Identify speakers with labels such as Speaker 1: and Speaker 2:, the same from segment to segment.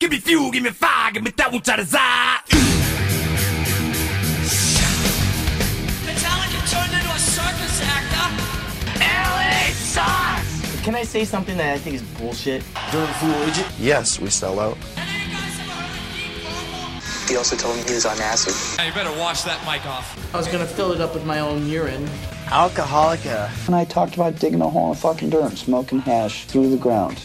Speaker 1: Give me fuel, give me fire, give me that which I desire.
Speaker 2: Metallica turned into a circus actor. Ellie sucks!
Speaker 3: Can I say something that I think is bullshit?
Speaker 4: Yes, we sell out.
Speaker 2: And then you guys ever heard of Deep Purple?
Speaker 5: He also told me he was on acid.
Speaker 6: Hey, you better wash that mic off.
Speaker 3: I was gonna fill it up with my own urine.
Speaker 7: Alcoholica.
Speaker 8: And I talked about digging a hole in fucking dirt, smoking hash through the ground.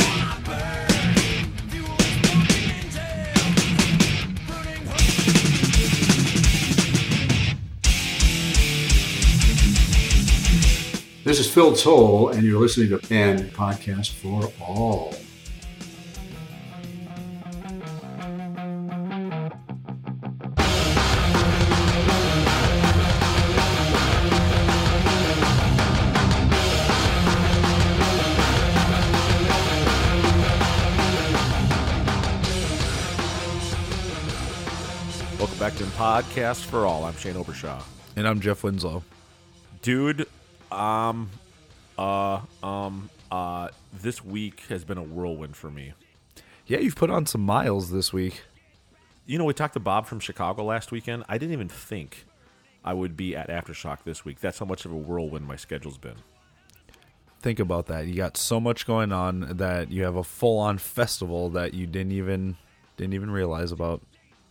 Speaker 9: This is Phil Toll, and you're listening to Pan Podcast for All.
Speaker 10: Welcome back to Podcast for All. I'm Shane Obershaw.
Speaker 1: And I'm Jeff Winslow.
Speaker 10: Dude, um uh um uh this week has been a whirlwind for me.
Speaker 1: Yeah, you've put on some miles this week.
Speaker 10: You know, we talked to Bob from Chicago last weekend. I didn't even think I would be at Aftershock this week. That's how much of a whirlwind my schedule's been.
Speaker 1: Think about that. You got so much going on that you have a full-on festival that you didn't even didn't even realize about.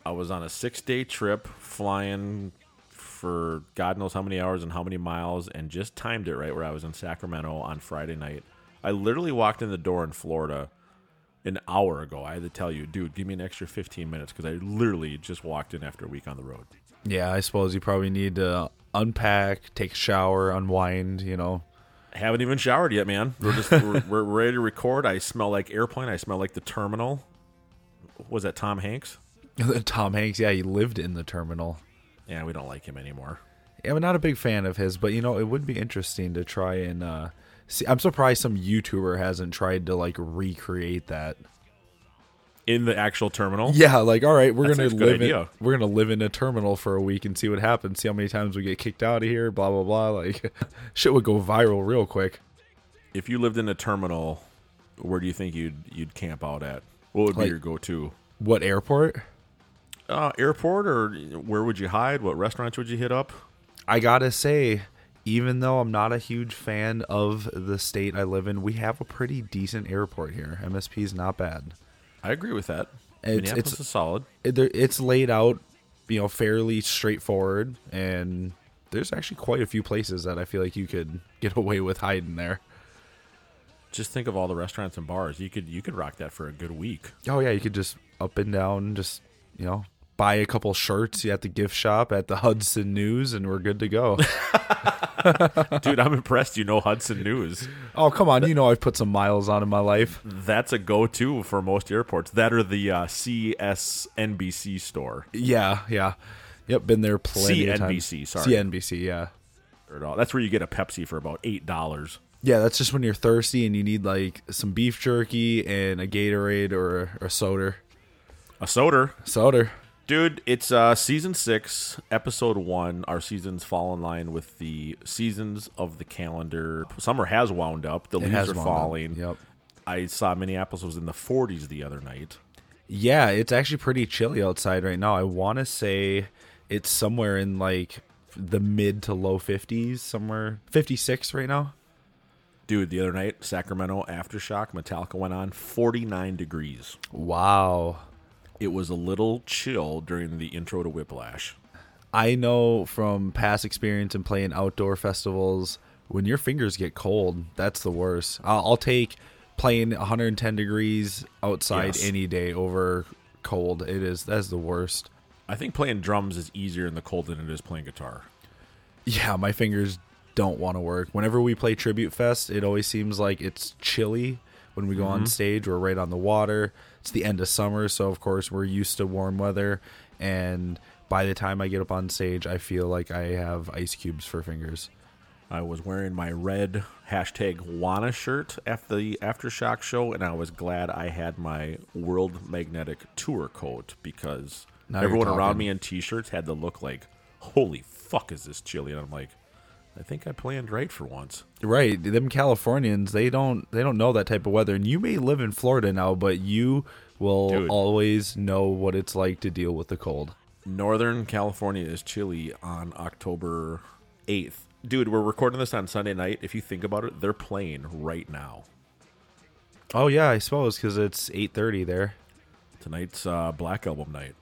Speaker 10: I was on a six day trip flying for God knows how many hours and how many miles and just timed it right where I was in Sacramento on Friday night. I literally walked in the door in Florida an hour ago. I had to tell you, dude, give me an extra 15 minutes because I literally just walked in after a week on the road.
Speaker 1: Yeah, I suppose you probably need to unpack, take a shower, unwind, you know.
Speaker 10: I haven't even showered yet, man. We're just we're, we're ready to record. I smell like airplane. I smell like the terminal. Was that Tom Hanks?
Speaker 1: Tom Hanks, yeah, he lived in the terminal.
Speaker 10: Yeah, we don't like him anymore.
Speaker 1: Yeah, I'm not a big fan of his, but you know, it would be interesting to try and uh see I'm surprised some YouTuber hasn't tried to like recreate that.
Speaker 10: In the actual terminal.
Speaker 1: Yeah, like all right, we're
Speaker 10: That's
Speaker 1: gonna
Speaker 10: a good
Speaker 1: live in,
Speaker 10: idea.
Speaker 1: we're gonna live in a terminal for a week and see what happens. See how many times we get kicked out of here. Blah blah blah. Like shit would go viral real quick.
Speaker 10: if you lived in a terminal, where do you think you'd you'd camp out at? What would be
Speaker 1: Like-
Speaker 10: your go-to?
Speaker 1: What airport?
Speaker 10: Uh, airport, or where would you hide? What restaurants would you hit up?
Speaker 1: I gotta say, even though I'm not a huge fan of the state I live in, we have a pretty decent airport here. MSP is not bad.
Speaker 10: I agree with that.
Speaker 1: It's-
Speaker 10: Minneapolis
Speaker 1: it's-
Speaker 10: is solid.
Speaker 1: It- there- It's laid out, you know, fairly straightforward, and there's actually quite a few places that I feel like you could get away with hiding there.
Speaker 10: Just think of all the restaurants and bars. You could you could rock that for a good week.
Speaker 1: Oh yeah, you could just up and down, just you know, buy a couple shirts at the gift shop at the Hudson News, and we're good to go.
Speaker 10: Dude, I'm impressed. You know Hudson News.
Speaker 1: oh come on, you know I've put some miles on in my life.
Speaker 10: That's a go-to for most airports. That or the uh, CSNBC store.
Speaker 1: Yeah, yeah, yep, been there plenty of times.
Speaker 10: CNBC, sorry.
Speaker 1: CNBC, yeah,
Speaker 10: Or no, That's where you get a Pepsi for about eight dollars.
Speaker 1: yeah. That's just when you're thirsty and you need like some beef jerky and a Gatorade or or soda.
Speaker 10: A soda.
Speaker 1: Soda.
Speaker 10: Dude, it's uh season six, episode one. Our seasons fall in line with the seasons of the calendar. Summer has wound up. The leaves
Speaker 1: has
Speaker 10: are
Speaker 1: wound up,
Speaker 10: falling.
Speaker 1: yep.
Speaker 10: I saw Minneapolis was in the 40s the other night.
Speaker 1: Yeah, it's actually pretty chilly outside right now. I want to say it's somewhere in like the mid to low 50s, somewhere 56 right now.
Speaker 10: Dude, the other night, Sacramento aftershock, Metallica went on 49 degrees.
Speaker 1: Wow.
Speaker 10: It was a little chill during the intro to Whiplash.
Speaker 1: I know from past experience in playing outdoor festivals, when your fingers get cold, that's the worst. I'll, I'll take playing 110 degrees outside
Speaker 10: Yes.
Speaker 1: any day over cold. It is that's the worst.
Speaker 10: I think playing drums is easier in the cold than it is playing guitar.
Speaker 1: yeah, my fingers don't want to work. Whenever we play Tribute Fest, it always seems like it's chilly when we go on stage. We're right on the water. It's the end of summer, so of course we're used to warm weather. And by the time I get up on stage, I feel like I have ice cubes for fingers.
Speaker 10: I was wearing my red hashtag Wana shirt at the aftershock show, and I was glad I had my World Magnetic Tour coat because
Speaker 1: Now you're
Speaker 10: everyone around
Speaker 1: talking.
Speaker 10: me in t-shirts had to look like, "Holy fuck, is this chilly?" And I'm like, "I think I planned right for once."
Speaker 1: Right, them Californians, they don't they don't know that type of weather. And you may live in Florida now, but you will
Speaker 10: Dude.
Speaker 1: always know what it's like to deal with the cold.
Speaker 10: Northern California is chilly on October 8th. Dude, we're recording this on Sunday night. If you think about it, they're playing right now.
Speaker 1: Oh yeah, I suppose because it's eight thirty there.
Speaker 10: Tonight's uh, Black Album night.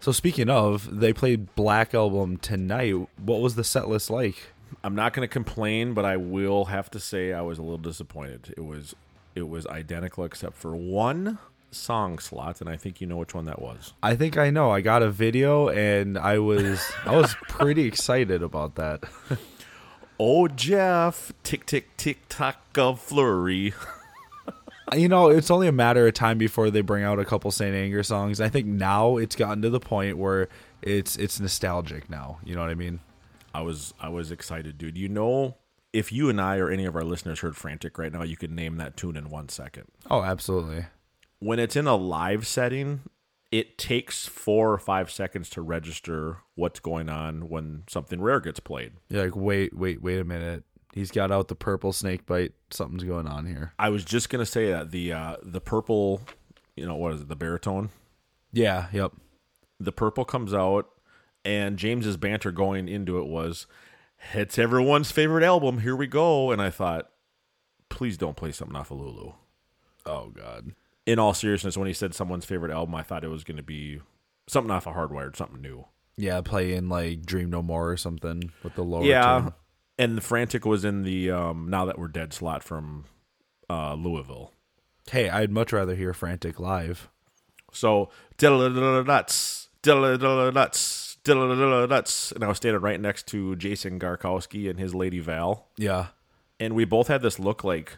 Speaker 1: So speaking of, they played Black Album tonight. What was the set list like?
Speaker 10: I'm not going to complain, but I will have to say I was a little disappointed. It was it was identical except for one song slot, and I think you know which one that was.
Speaker 1: I think I know. I got a video and I was I was pretty excited about that.
Speaker 10: Oh, Jeff, tick tick tick tock of flurry.
Speaker 1: You know, it's only a matter of time before they bring out a couple Saint Anger songs. I think now it's gotten to the point where it's it's nostalgic now. You know what I mean?
Speaker 10: I was I was excited, dude. You know, if you and I or any of our listeners heard Frantic right now, you could name that tune in one second.
Speaker 1: Oh, absolutely.
Speaker 10: when it's in a live setting, it takes four or five seconds to register what's going on when something rare gets played.
Speaker 1: You're like, wait, wait, wait a minute. He's got out the purple snake bite. Something's going on here.
Speaker 10: I was just gonna say that the uh, the purple, you know, what is it? The baritone.
Speaker 1: Yeah, yep.
Speaker 10: The purple comes out, and James's banter going into it was, "It's everyone's favorite album. Here we go." And I thought, please don't play something off of Lulu.
Speaker 1: Oh god.
Speaker 10: In all seriousness, when he said someone's favorite album, I thought it was gonna be something off of Hardwired, something new.
Speaker 1: Yeah, playing like Dream No More or something with the lower
Speaker 10: yeah
Speaker 1: tone.
Speaker 10: and frantic was in the um now that we're dead slot from uh louisville
Speaker 1: Hey, I'd much rather hear Frantic live.
Speaker 10: so nuts nuts nuts and i was standing right next to jason garkowski and his lady val
Speaker 1: Yeah.
Speaker 10: and we both had this look like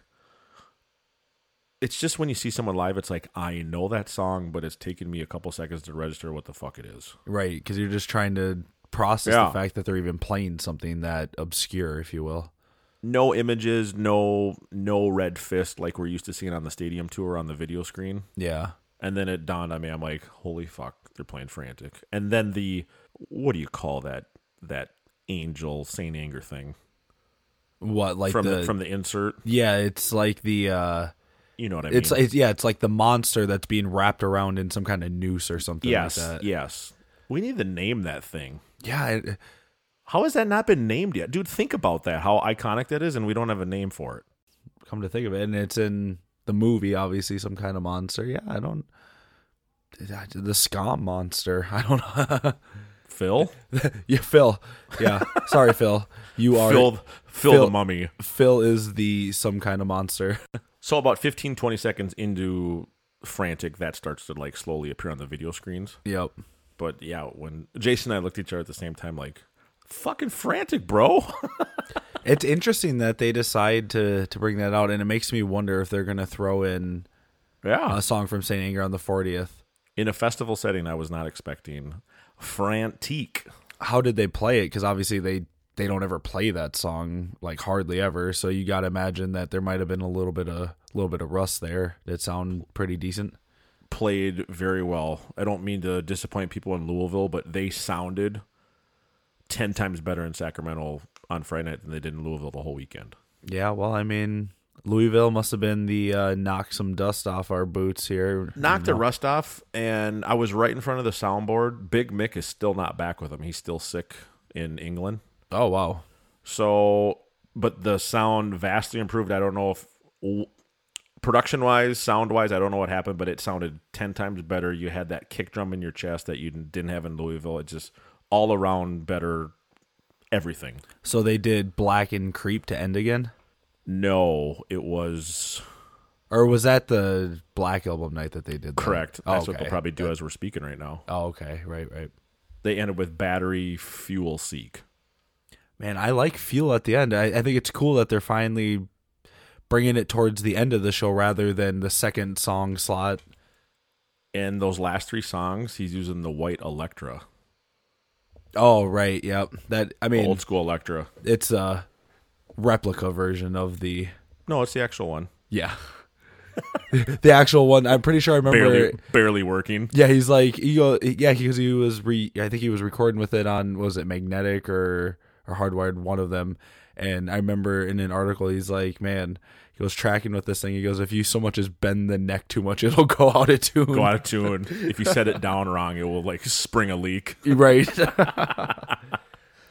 Speaker 10: it's just when you see someone live it's like i know that song but it's taken me a couple seconds to register what the fuck it is
Speaker 1: Right, because you're just trying to process
Speaker 10: Yeah.
Speaker 1: the fact that they're even playing something that obscure, if you will.
Speaker 10: no images no no red fist like we're used to seeing on the stadium tour on the video screen
Speaker 1: Yeah.
Speaker 10: And then it dawned on me, I'm like, holy fuck, they're playing frantic. And then the what do you call that that angel Saint Anger thing?
Speaker 1: What like
Speaker 10: from the,
Speaker 1: the
Speaker 10: from the insert.
Speaker 1: Yeah, it's like the uh
Speaker 10: You know what I
Speaker 1: it's,
Speaker 10: mean?
Speaker 1: it's yeah, it's like the monster that's being wrapped around in some kind of noose or something
Speaker 10: yes.
Speaker 1: like that.
Speaker 10: Yes. We need to name that thing.
Speaker 1: Yeah, it,
Speaker 10: How has that not been named yet? Dude, think about that, how iconic that is, and we don't have a name for it.
Speaker 1: come to think of it, and it's in the movie, obviously, some kind of monster. Yeah, I don't. The scum monster. I don't know.
Speaker 10: Phil?
Speaker 1: yeah, Phil. Yeah, sorry, Phil. You Uh, are
Speaker 10: Phil, Phil
Speaker 1: Phil-
Speaker 10: the mummy.
Speaker 1: Phil is the some kind of monster.
Speaker 10: So about 15, 20 seconds into frantic, that starts to like slowly appear on the video screens.
Speaker 1: yep.
Speaker 10: But yeah, when Jason and I looked at each other at the same time, like, fucking frantic, bro.
Speaker 1: It's interesting that they decide to to bring that out, and it makes me wonder if they're gonna throw in
Speaker 10: yeah.
Speaker 1: a song from Saint Anger on the fortieth.
Speaker 10: In a festival setting, I was not expecting frantic.
Speaker 1: How did they play it? Because obviously they they don't ever play that song like hardly ever. So you got to imagine that there might have been a little bit of little bit of rust there. That sound pretty decent.
Speaker 10: Played very well. I don't mean to disappoint people in Louisville, but they sounded 10 times better in Sacramento on Friday night than they did in Louisville the whole weekend.
Speaker 1: Yeah. Well, I mean. Louisville must have been the uh, knock some dust off our boots here.
Speaker 10: Knocked the rust off, and I was right in front of the soundboard. Big Mick is still not back with him. He's still sick in England.
Speaker 1: Oh wow,
Speaker 10: So, but the sound vastly improved. I don't know if production wise, sound wise, I don't know what happened, but it sounded 10 times better. You had that kick drum in your chest that you didn't have in Louisville. It's just all around better everything.
Speaker 1: So they did Black and Creep to end again?
Speaker 10: No, it was
Speaker 1: Or was that the Black album night that they did? then?
Speaker 10: correct.
Speaker 1: Oh,
Speaker 10: That's what
Speaker 1: okay.
Speaker 10: they'll probably do as we're speaking right now.
Speaker 1: Oh, okay. Right, right.
Speaker 10: They ended with battery fuel seek.
Speaker 1: Man, I like Fuel at the end. I, I think it's cool that they're finally bringing it towards the end of the show rather than the second song slot.
Speaker 10: And those last three songs, he's using the white Electra,
Speaker 1: Oh right, yep. That I mean,
Speaker 10: old school Electra.
Speaker 1: it's a replica version of the
Speaker 10: No, it's the actual one.
Speaker 1: yeah, the actual one. I'm pretty sure I remember.
Speaker 10: Barely, barely working.
Speaker 1: Yeah, he's like he go, yeah because he was re I think he was recording with it on what was it magnetic or or hardwired one of them, and I remember in an article he's like man he goes tracking with this thing he goes if you so much as bend the neck too much it'll go out of tune
Speaker 10: Go out of tune. if you set it down wrong, it will like spring a leak.
Speaker 1: right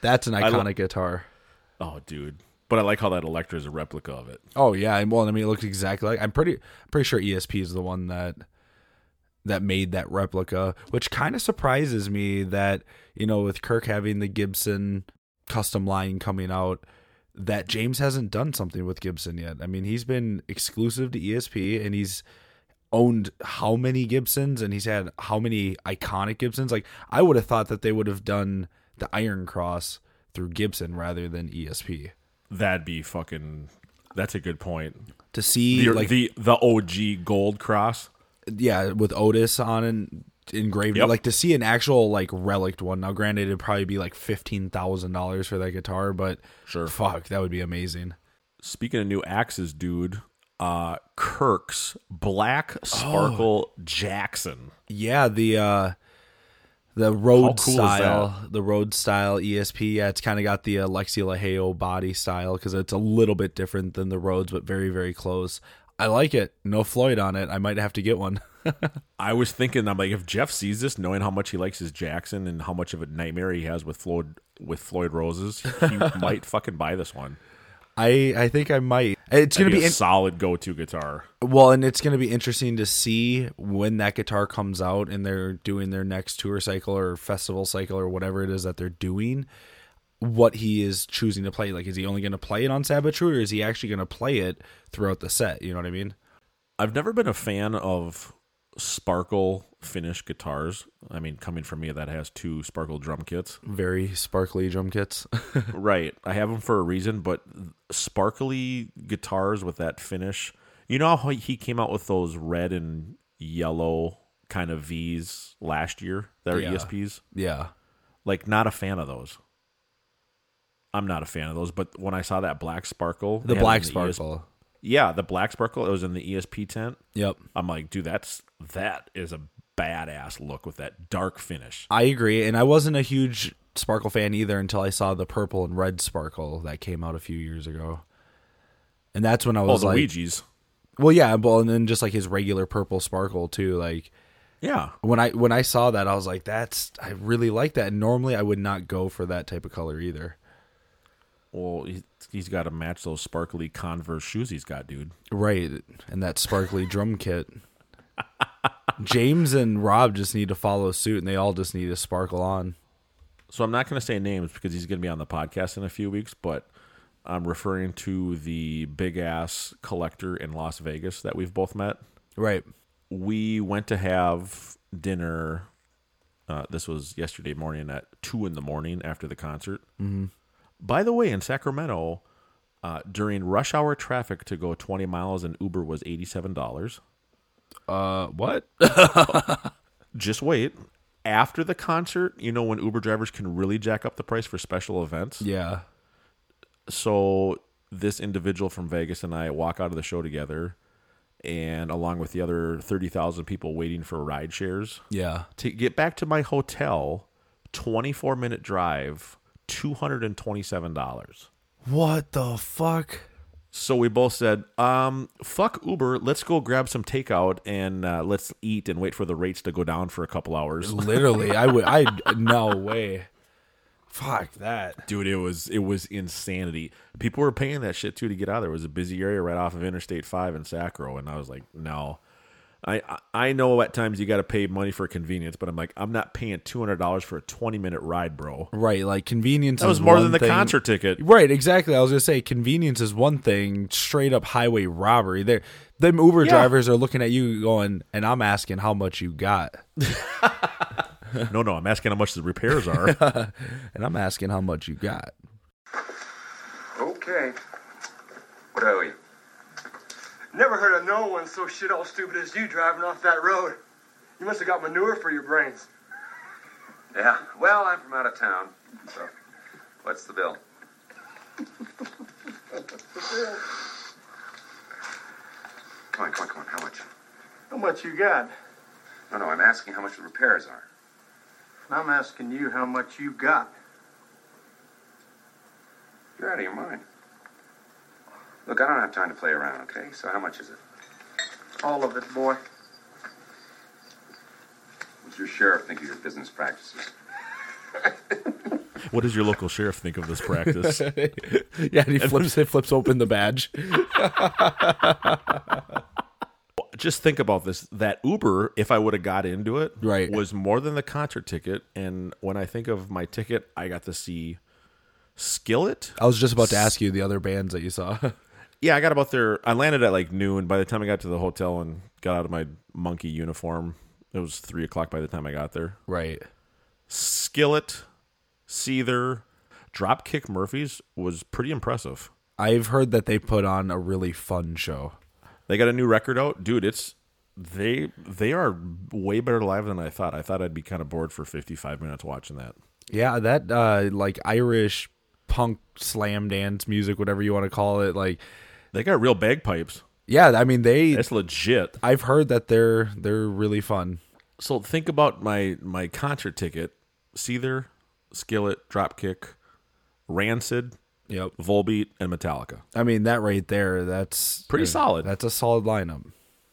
Speaker 1: that's an
Speaker 10: lo-
Speaker 1: iconic guitar
Speaker 10: Oh, dude. But I like how that Electra is a replica of it.
Speaker 1: oh yeah and well I mean it looks exactly like I'm pretty pretty sure ESP is the one that that made that replica, which kind of surprises me that, you know, with Kirk having the Gibson custom line coming out, that James hasn't done something with Gibson yet. I mean, he's been exclusive to ESP and he's owned how many Gibsons and he's had how many iconic Gibsons. Like, I would have thought that they would have done the Iron Cross through Gibson rather than E ESP.
Speaker 10: That'd be fucking. That's a good point.
Speaker 1: To see,
Speaker 10: The,
Speaker 1: like,
Speaker 10: the the OG gold cross.
Speaker 1: yeah, with Otis on and engraved,
Speaker 10: Yep.
Speaker 1: like to see an actual like relict one. Now, granted, it'd probably be like fifteen thousand dollars for that guitar, but
Speaker 10: Sure.
Speaker 1: fuck, that would be amazing.
Speaker 10: Speaking of new axes, dude, uh Kirk's
Speaker 1: Oh.
Speaker 10: Black Sparkle Jackson.
Speaker 1: Yeah, the uh the road
Speaker 10: cool is
Speaker 1: style, the road style ESP. Yeah, it's kind of got the Alexi Laheo body style because it's a little bit different than the roads, but very very close. I like it. No Floyd on it. I might have to get one.
Speaker 10: I was thinking, I'm like, if Jeff sees this, knowing how much he likes his Jackson and how much of a nightmare he has with Floyd with Floyd Roses, he might fucking buy this one.
Speaker 1: I I think I might.
Speaker 10: That'd
Speaker 1: It's gonna be,
Speaker 10: a
Speaker 1: in-
Speaker 10: solid go-to guitar.
Speaker 1: Well, and it's going to be interesting to see when that guitar comes out and they're doing their next tour cycle or festival cycle or whatever it is that they're doing, what he is choosing to play. Like, is he only going to play it on Sabbath True or is he actually going to play it throughout the set? You know what I mean?
Speaker 10: I've never been a fan of sparkle finish guitars. I mean, coming from me, that has two sparkle drum kits.
Speaker 1: Very sparkly drum kits.
Speaker 10: right. I have them for a reason, but sparkly guitars with that finish. You know how he came out with those red and yellow kind of V's last year? They're
Speaker 1: Yeah.
Speaker 10: ESPs.
Speaker 1: yeah.
Speaker 10: Like, not a fan of those. I'm not a fan of those, but when I saw that black sparkle,
Speaker 1: The
Speaker 10: they had it
Speaker 1: black
Speaker 10: in the ES
Speaker 1: sparkle.
Speaker 10: yeah, the black sparkle. It was in the ESP tent.
Speaker 1: Yep.
Speaker 10: I'm like, dude, that's that is a badass look with that dark finish.
Speaker 1: I agree. And I wasn't a huge sparkle fan either until I saw the purple and red sparkle that came out a few years ago. And that's when I
Speaker 10: Oh,
Speaker 1: was
Speaker 10: the
Speaker 1: like,
Speaker 10: Ouija's.
Speaker 1: well, yeah, well, and then just like his regular purple sparkle too, like
Speaker 10: Yeah.
Speaker 1: when I when I saw that, I was like, "That's I really like that." And normally, I would not go for that type of color either.
Speaker 10: Well, he's, he's got to match those sparkly Converse shoes he's got, dude.
Speaker 1: Right, and that sparkly drum kit. James and Rob just need to follow suit, and they all just need to sparkle on.
Speaker 10: So I'm not going to say names because he's going to be on the podcast in a few weeks, but I'm referring to the big ass collector in Las Vegas that we've both met.
Speaker 1: Right.
Speaker 10: we went to have dinner. Uh, this was yesterday morning at two in the morning after the concert. Mm-hmm. By the way, in Sacramento, uh, during rush hour traffic to go 20 miles in Uber was $87.
Speaker 1: Uh, what?
Speaker 10: Just wait. After the concert, you know when Uber drivers can really jack up the price for special events.
Speaker 1: yeah.
Speaker 10: so this individual from Vegas and I walk out of the show together, and along with the other 30,000 people waiting for ride shares,
Speaker 1: Yeah.
Speaker 10: to get back to my hotel, 24 minute drive, $227.
Speaker 1: What the fuck?
Speaker 10: So we both said, um, fuck Uber, let's go grab some takeout and uh, let's eat and wait for the rates to go down for a couple hours.
Speaker 1: Literally, I would. I no way. Fuck that.
Speaker 10: Dude, it was it was insanity. People were paying that shit too to get out of there. It was a busy area right off of Interstate 5 in Sacro and I was like, no. I I- I know at times you got to pay money for convenience, but I'm like, I'm not paying $200 for a 20 minute ride, bro.
Speaker 1: Right, like convenience.
Speaker 10: That
Speaker 1: is
Speaker 10: was more
Speaker 1: one
Speaker 10: than the
Speaker 1: thing.
Speaker 10: concert ticket.
Speaker 1: Right, exactly. I was gonna say convenience is one thing, straight up highway robbery. They're them Uber
Speaker 10: Yeah.
Speaker 1: drivers are looking at you going, and I'm asking how much you got.
Speaker 10: No, no, I'm asking how much the repairs are.
Speaker 1: And I'm asking how much you got.
Speaker 11: Okay. What owe you? Never heard of no one so shit all stupid as you driving off that road.
Speaker 12: You must have got manure for your brains.
Speaker 11: Yeah. Well, I'm from out of town. So, what's the bill? Come on, come on, come on. How much?
Speaker 12: How much you got?
Speaker 11: No, no. I'm asking how much the repairs are.
Speaker 12: And I'm asking you how much you got.
Speaker 11: You're out of your mind. Look, I don't have time to play around. Okay. So, how much is it?
Speaker 12: All of it, boy.
Speaker 11: What's your sheriff think of your business practices?
Speaker 10: What does your local sheriff think of this practice?
Speaker 1: yeah, and he flips he flips open the badge.
Speaker 10: Just think about this. That Uber, if I would have got into it,
Speaker 1: Right.
Speaker 10: was more than the concert ticket. And when I think of my ticket, I got to see Skillet.
Speaker 1: I was just about to ask you the other bands that you saw.
Speaker 10: Yeah, I got about there. I landed at like noon. By the time I got to the hotel and got out of my monkey uniform, it was three o'clock by the time I got there.
Speaker 1: Right.
Speaker 10: Skillet, Seether, Dropkick Murphys was pretty impressive.
Speaker 1: I've heard that they put on a really fun show.
Speaker 10: They got a new record out, dude. It's they they are way better live than I thought. I thought I'd be kind of bored for fifty five minutes watching that.
Speaker 1: Yeah, that uh like Irish punk slam dance music, whatever you want to call it, like
Speaker 10: they got real bagpipes.
Speaker 1: Yeah, I mean they
Speaker 10: That's legit.
Speaker 1: I've heard that they're they're really fun.
Speaker 10: So think about my my concert ticket: Seether, Skillet, Dropkick, Rancid,
Speaker 1: yep,
Speaker 10: Volbeat, and Metallica.
Speaker 1: I mean that right there, that's
Speaker 10: Pretty
Speaker 1: uh,
Speaker 10: solid.
Speaker 1: That's a solid lineup.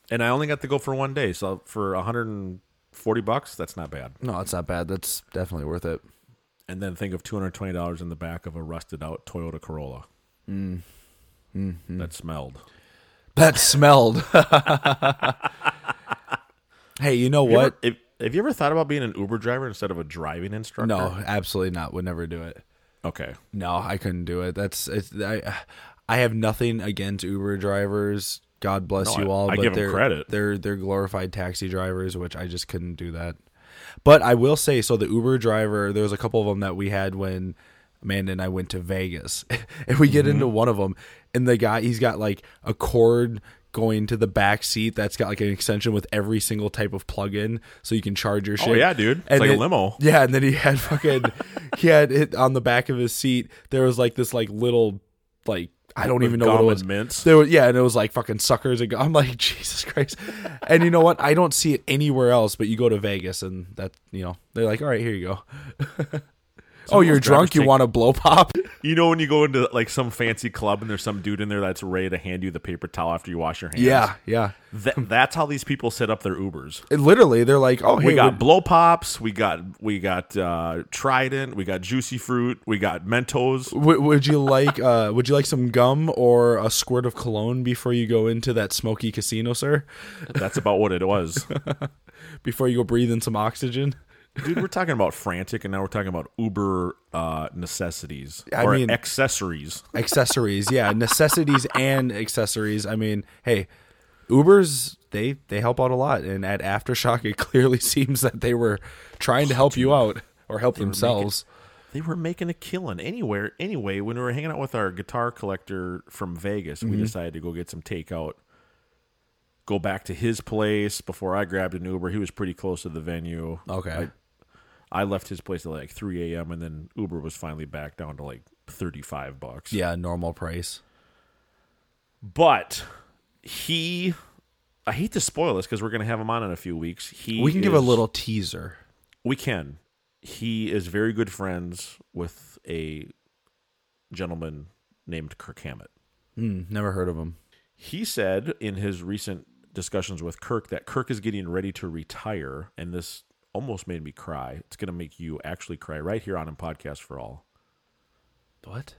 Speaker 10: And I only got to go for one day, so for hundred and forty bucks, that's not bad.
Speaker 1: No, it's not bad. That's definitely worth it.
Speaker 10: And then think of two hundred twenty dollars in the back of a rusted out Toyota Corolla
Speaker 1: Mm. Mm.
Speaker 10: that smelled.
Speaker 1: That smelled. hey, you know
Speaker 10: Have you
Speaker 1: what?
Speaker 10: ever- have- have you ever thought about being an Uber driver instead of a driving instructor?
Speaker 1: No, Oh, absolutely not. Would never do it.
Speaker 10: Okay.
Speaker 1: No, I couldn't do it. That's it's, I. I have nothing against Uber drivers. God bless
Speaker 10: No,
Speaker 1: you
Speaker 10: I-
Speaker 1: all.
Speaker 10: I
Speaker 1: but
Speaker 10: give 'em
Speaker 1: they're,
Speaker 10: credit.
Speaker 1: They're they're glorified taxi drivers, which I just couldn't do that. But I will say, so the Uber driver, there was a couple of them that we had when Amanda and I went to Vegas, and we get
Speaker 10: Mm-hmm.
Speaker 1: into one of them, and the guy, he's got like a cord going to the back seat that's got like an extension with every single type of plug-in, so you can charge your
Speaker 10: Oh,
Speaker 1: shit.
Speaker 10: yeah, dude. It's like a
Speaker 1: then-
Speaker 10: limo.
Speaker 1: Yeah, and then he had fucking, he had it on the back of his seat. There was like this like little like. I don't
Speaker 10: With
Speaker 1: even know what
Speaker 10: gum and
Speaker 1: it was.
Speaker 10: mints?
Speaker 1: There were, yeah, and it was like fucking suckers. And gum. I'm like, Jesus Christ. And you know what? I don't see it anywhere else, but you go to Vegas and that, you know, they're like, all right, here you go. oh,
Speaker 10: drivers
Speaker 1: you're drunk. You
Speaker 10: take-
Speaker 1: want a blow pop?
Speaker 10: You know when you go into like some fancy club and there's some dude in there that's ready to hand you the paper towel after you wash your hands.
Speaker 1: Yeah, yeah.
Speaker 10: Th- that's how these people set up their Ubers.
Speaker 1: It literally, they're like, oh, hey,
Speaker 10: we got
Speaker 1: we're-
Speaker 10: blow pops, we got we got uh, Trident, we got Juicy Fruit, we got Mentos.
Speaker 1: would, would you like uh would you like some gum or a squirt of cologne before you go into that smoky casino sir
Speaker 10: That's about what it was.
Speaker 1: before you go breathe in some oxygen
Speaker 10: Dude, we're talking about frantic and now we're talking about Uber uh, necessities
Speaker 1: I
Speaker 10: or
Speaker 1: mean-
Speaker 10: accessories.
Speaker 1: accessories yeah necessities and accessories i mean hey ubers they they help out a lot and at aftershock it clearly seems that they were trying to help you out or help themselves
Speaker 10: they were making a killing anywhere anyway when we were hanging out with our guitar collector from vegas we
Speaker 1: Mhm.
Speaker 10: decided to go get some takeout go back to his place before i grabbed an uber he was pretty close to the venue
Speaker 1: okay
Speaker 10: i, I left his place at like 3 a.m and then uber was finally back down to like 35 bucks
Speaker 1: yeah normal price
Speaker 10: but he i hate to spoil this because we're gonna have him on in a few weeks he
Speaker 1: we can give a
Speaker 10: is-
Speaker 1: little teaser
Speaker 10: we can. He is very good friends with a gentleman named Kirk Hammett.
Speaker 1: Hmm, never heard of them
Speaker 10: He said in his recent discussions with Kirk that Kirk is getting ready to retire, and this almost made me cry. It's going to make you actually cry right here on in podcast for all.
Speaker 1: what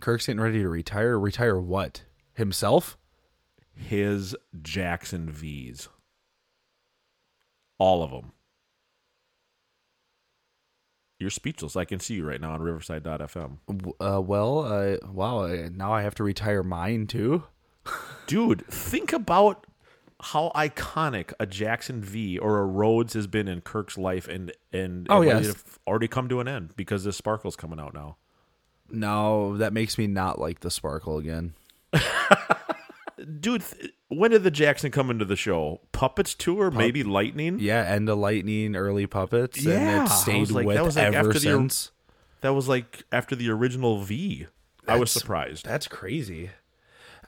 Speaker 1: kirk's getting ready to retire retire what himself
Speaker 10: His Jackson V's, all of them. You're speechless. I can see you right now on Riverside.fm.
Speaker 1: W- Uh, well, uh, wow. uh, Now I have to retire mine too.
Speaker 10: dude think about how iconic a jackson v or a rhodes has been in kirk's life and and
Speaker 1: Oh,
Speaker 10: and
Speaker 1: yes.
Speaker 10: might have already come to an end because this sparkle's coming out now
Speaker 1: No, that makes me not like the sparkle again.
Speaker 10: dude, th- when did the Jackson come into the show? Puppets tour,
Speaker 1: Pup-
Speaker 10: maybe Lightning.
Speaker 1: Yeah, end of lightning, early puppets,
Speaker 10: Yeah,
Speaker 1: and it
Speaker 10: I
Speaker 1: stayed
Speaker 10: was like-
Speaker 1: with
Speaker 10: that was like
Speaker 1: ever
Speaker 10: after the or-
Speaker 1: since.
Speaker 10: That was like after the original V. I was
Speaker 1: That's-
Speaker 10: surprised.
Speaker 1: That's crazy.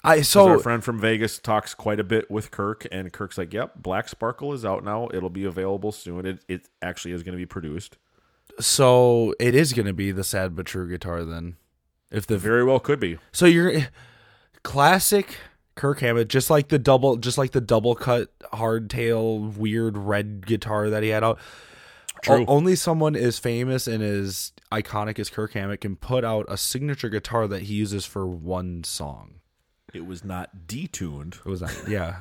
Speaker 1: I
Speaker 10: 'Cause our
Speaker 1: so
Speaker 10: friend from Vegas talks quite a bit with Kirk, and Kirk's like, "Yep, Black Sparkle is out now. It'll be available soon. It it actually is going to be produced.
Speaker 1: so it is gonna be the sad but true guitar then, if the Oh,
Speaker 10: Very well, could be.
Speaker 1: So you're classic Kirk Hammett, just like the double, just like the double cut hardtail weird red guitar that he had out.
Speaker 10: True.
Speaker 1: O- only someone as famous and as iconic as Kirk Hammett can put out a signature guitar that he uses for one song.
Speaker 10: It was not detuned.
Speaker 1: It was that, yeah.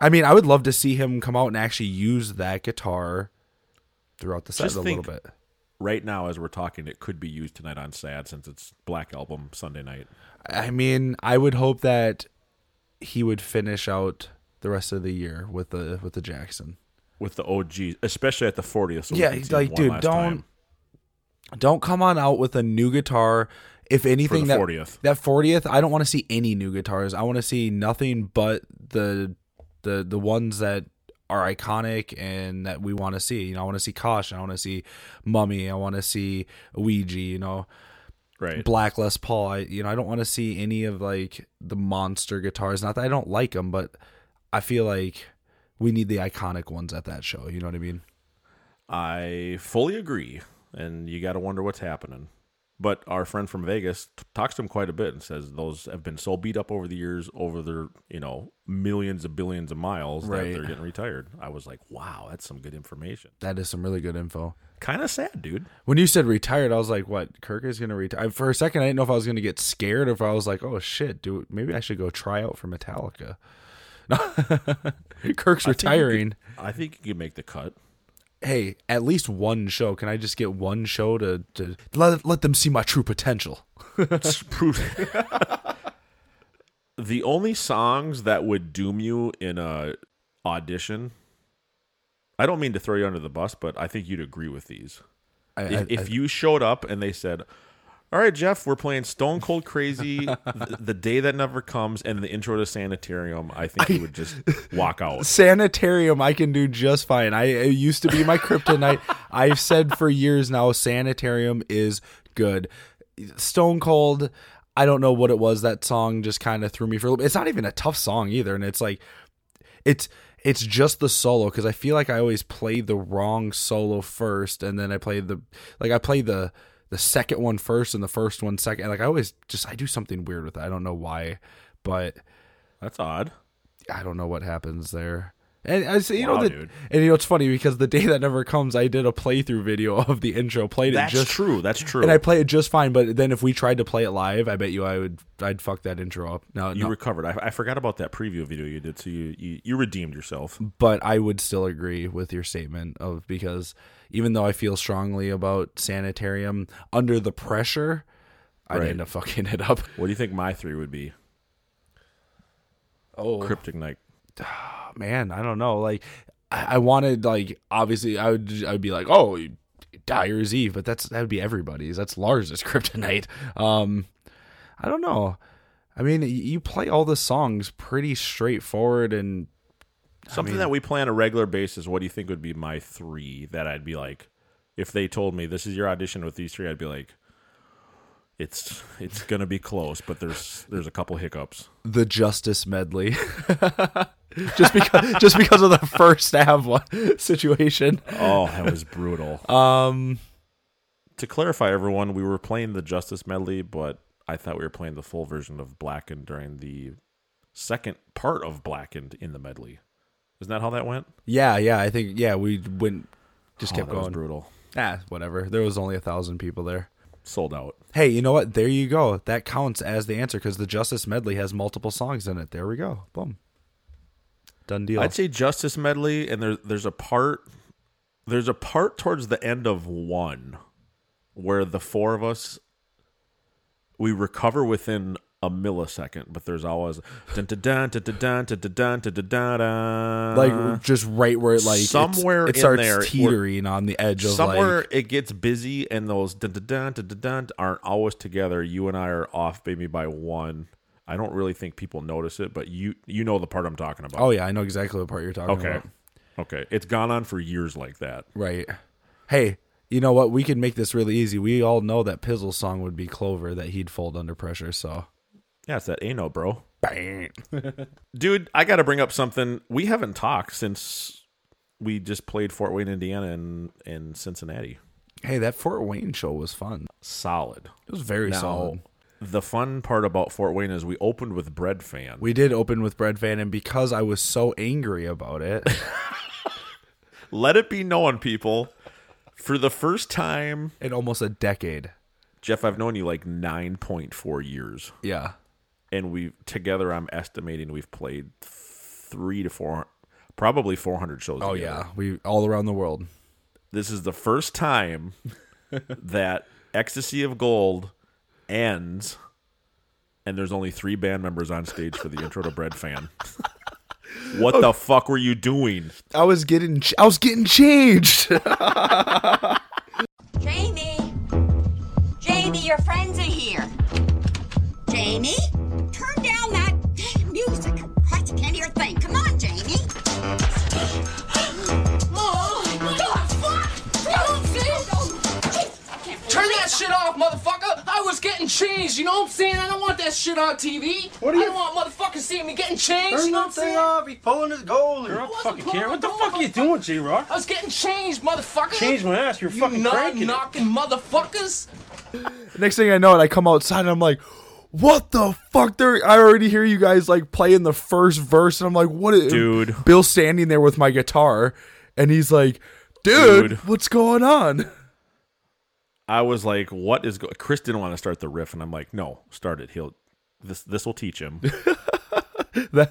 Speaker 1: I mean, I would love to see him come out and actually use that guitar throughout the set
Speaker 10: Just
Speaker 1: a
Speaker 10: think-
Speaker 1: little bit.
Speaker 10: Right now, as we're talking, it could be used tonight on Sad since it's Black Album Sunday night.
Speaker 1: I mean, I would hope that he would finish out the rest of the year with the with the Jackson.
Speaker 10: with the OGs, especially at the 40th. So we
Speaker 1: yeah,
Speaker 10: can see
Speaker 1: he's
Speaker 10: them
Speaker 1: like,
Speaker 10: one
Speaker 1: dude,
Speaker 10: last
Speaker 1: don't
Speaker 10: time.
Speaker 1: don't come on out with a new guitar. If anything, that
Speaker 10: 40th.
Speaker 1: that fortieth, I don't want to see any new guitars. I want to see nothing but the the the ones that are iconic and that we want to see. You know, I want to see Kosh. I want to see Mummy. I want to see Ouija. You know,
Speaker 10: right?
Speaker 1: Black Les Paul. I you know, I don't want to see any of like the monster guitars. Not that I don't like them, but I feel like we need the iconic ones at that show. You know what I mean?
Speaker 10: I fully agree, and you got to wonder what's happening. But our friend from Vegas t- talks to him quite a bit and says those have been so beat up over the years, over their you know millions of billions of miles that
Speaker 1: Right.
Speaker 10: they're getting retired. I was like, wow, that's some good information.
Speaker 1: That is some really good info.
Speaker 10: Kind of sad, dude.
Speaker 1: When you said retired, I was like, "What? Kirk is gonna retire?" For a second, I didn't know if I was gonna get scared or if I was like, "Oh shit, dude, maybe I should go try out for Metallica." Kirk's
Speaker 10: I think you could-
Speaker 1: retiring.
Speaker 10: I think you could make the cut.
Speaker 1: Hey, at least one show. Can I just get one show to to let let them see my true potential?
Speaker 10: It's proof. the only songs that would doom you in a audition. I don't mean to throw you under the bus, but I think you'd agree with these.
Speaker 1: I,
Speaker 10: if,
Speaker 1: I-
Speaker 10: if
Speaker 1: I-
Speaker 10: you showed up and they said, "All right, Jeff, we're playing Stone Cold Crazy, the, the day that never comes, and the intro to Sanitarium," I think you would just walk out.
Speaker 1: sanitarium, I can do just fine. I it used to be my kryptonite. I've said for years now, sanitarium is good. Stone Cold. I don't know what it was. That song just kind of threw me for a little. It's not even a tough song either, and it's like, it's it's just the solo because I feel like I always play the wrong solo first, and then I play the like I play the the second one first and the first one second. Like I always just I do something weird with it. I don't know why, but
Speaker 10: That's odd.
Speaker 1: I don't know what happens there. And I say, you
Speaker 10: Wow,
Speaker 1: know, the,
Speaker 10: dude.
Speaker 1: and you know, it's funny because the day that never comes, I did a playthrough video of the intro, played
Speaker 10: That's
Speaker 1: it just
Speaker 10: true. That's true.
Speaker 1: and I play it just fine. But then if we tried to play it live, I bet you I would, I'd fuck that intro up. No,
Speaker 10: you
Speaker 1: no.
Speaker 10: recovered. I, I forgot about that preview video you did, so you you, you redeemed yourself.
Speaker 1: but I would still agree with your statement of because even though I feel strongly about sanitarium, under the pressure, I'd
Speaker 10: Right.
Speaker 1: end up fucking it up.
Speaker 10: What do you think my three would be?
Speaker 1: Oh,
Speaker 10: Cryptic Night.
Speaker 1: man, I don't know. Like, I, I wanted like obviously I would I'd be like, oh, Dyer's Eve, but that's that would be everybody's. That's Lars's Kryptonite. Um, I don't know. I mean, y- you play all the songs pretty straightforward, and
Speaker 10: Something that we play on a regular basis. What do you think would be my three that I'd be like, if they told me this is your audition with these three, I'd be like, it's it's gonna be close, but there's there's a couple hiccups.
Speaker 1: the Justice Medley. just because just because of the first half one- situation.
Speaker 10: Oh, that was brutal.
Speaker 1: Um,
Speaker 10: to clarify, everyone, we were playing the Justice Medley, but I thought we were playing the full version of Blackened during the second part of Blackened in the medley. Isn't that how that went?
Speaker 1: yeah, yeah, I think yeah we went just
Speaker 10: Oh,
Speaker 1: kept
Speaker 10: that was
Speaker 1: going.
Speaker 10: brutal.
Speaker 1: Ah, whatever. There was only a thousand people there.
Speaker 10: Sold out.
Speaker 1: Hey, you know what? There you go. That counts as the answer because the Justice Medley has multiple songs in it. There we go. Boom. Done deal.
Speaker 10: I'd say Justice Medley, and there's there's a part there's a part towards the end of one where the four of us we recover within a millisecond, but there's always dun dun dun dun dun dun dun dun dun dun dun dun.
Speaker 1: like just right where it like it's-
Speaker 10: uh, somewhere
Speaker 1: it
Speaker 10: in
Speaker 1: starts
Speaker 10: there,
Speaker 1: teetering on the edge of
Speaker 10: somewhere
Speaker 1: like
Speaker 10: it gets busy and those dun dun dun dun dun dun aren't always together. You and I are off maybe by one. I don't really think people notice it, but you you know the part I'm talking about.
Speaker 1: Oh yeah, I know exactly the part you're talking
Speaker 10: okay.
Speaker 1: about.
Speaker 10: Okay. It's gone on for years like that.
Speaker 1: Right. Hey, you know what? We can make this really easy. We all know that Pizzle's song would be Clover that he'd fold under pressure, so
Speaker 10: Yeah, it's that anal, bro. Bang. Dude, I got to bring up something. We haven't talked since we just played Fort Wayne, Indiana and in Cincinnati.
Speaker 1: Hey, that Fort Wayne show was fun.
Speaker 10: Solid.
Speaker 1: It was very
Speaker 10: Now,
Speaker 1: solid.
Speaker 10: The fun part about Fort Wayne is we opened with Bread Fan.
Speaker 1: We did open with Bread Fan, and because I was so angry about it,
Speaker 10: Let it be known, people, for the first time
Speaker 1: in almost a decade.
Speaker 10: Jeff, I've known you like 9.4 years.
Speaker 1: Yeah.
Speaker 10: And we've together, I'm estimating we've played three to four, probably 400 shows.
Speaker 1: Oh
Speaker 10: together.
Speaker 1: yeah, we all around the world.
Speaker 10: This is the first time that Ecstasy of Gold ends and there's only three band members on stage for the intro to Bread Fan. What the fuck were you doing?
Speaker 1: I was getting, ch- I was getting changed.
Speaker 13: Jamie! Jamie, your friends are here. Jamie? Turn down that damn music. Christ, I can't hear a thing. Come on, Jamie.
Speaker 2: Oh, the fuck? Don't
Speaker 3: Turn that shit off, motherfucker! I was getting changed, you know what I'm saying? I don't want that shit on TV. What do you I don't want motherfuckers seeing me getting changed, you know what I'm saying?
Speaker 14: off. He's pulling his goalie.
Speaker 3: I wasn't pulling
Speaker 14: What the
Speaker 3: my
Speaker 14: fuck are you doing, J Rock?
Speaker 3: I was getting changed, motherfucker!
Speaker 14: Changed my ass, you were
Speaker 3: you
Speaker 14: fucking cranking it.
Speaker 3: non-knocking motherfuckers!
Speaker 1: Next thing I know, and I come outside, and I'm like, "What the fuck?" There, I already hear you guys like playing the first verse, and I'm like, "What, is-"
Speaker 10: Dude.
Speaker 1: Bill's standing there with my guitar, and he's like, "Dude,
Speaker 10: Dude.
Speaker 1: what's going on?"
Speaker 10: I was like, "What is?" Go-? Chris didn't want to start the riff, and I'm like, "No, start it. He'll this this will teach him.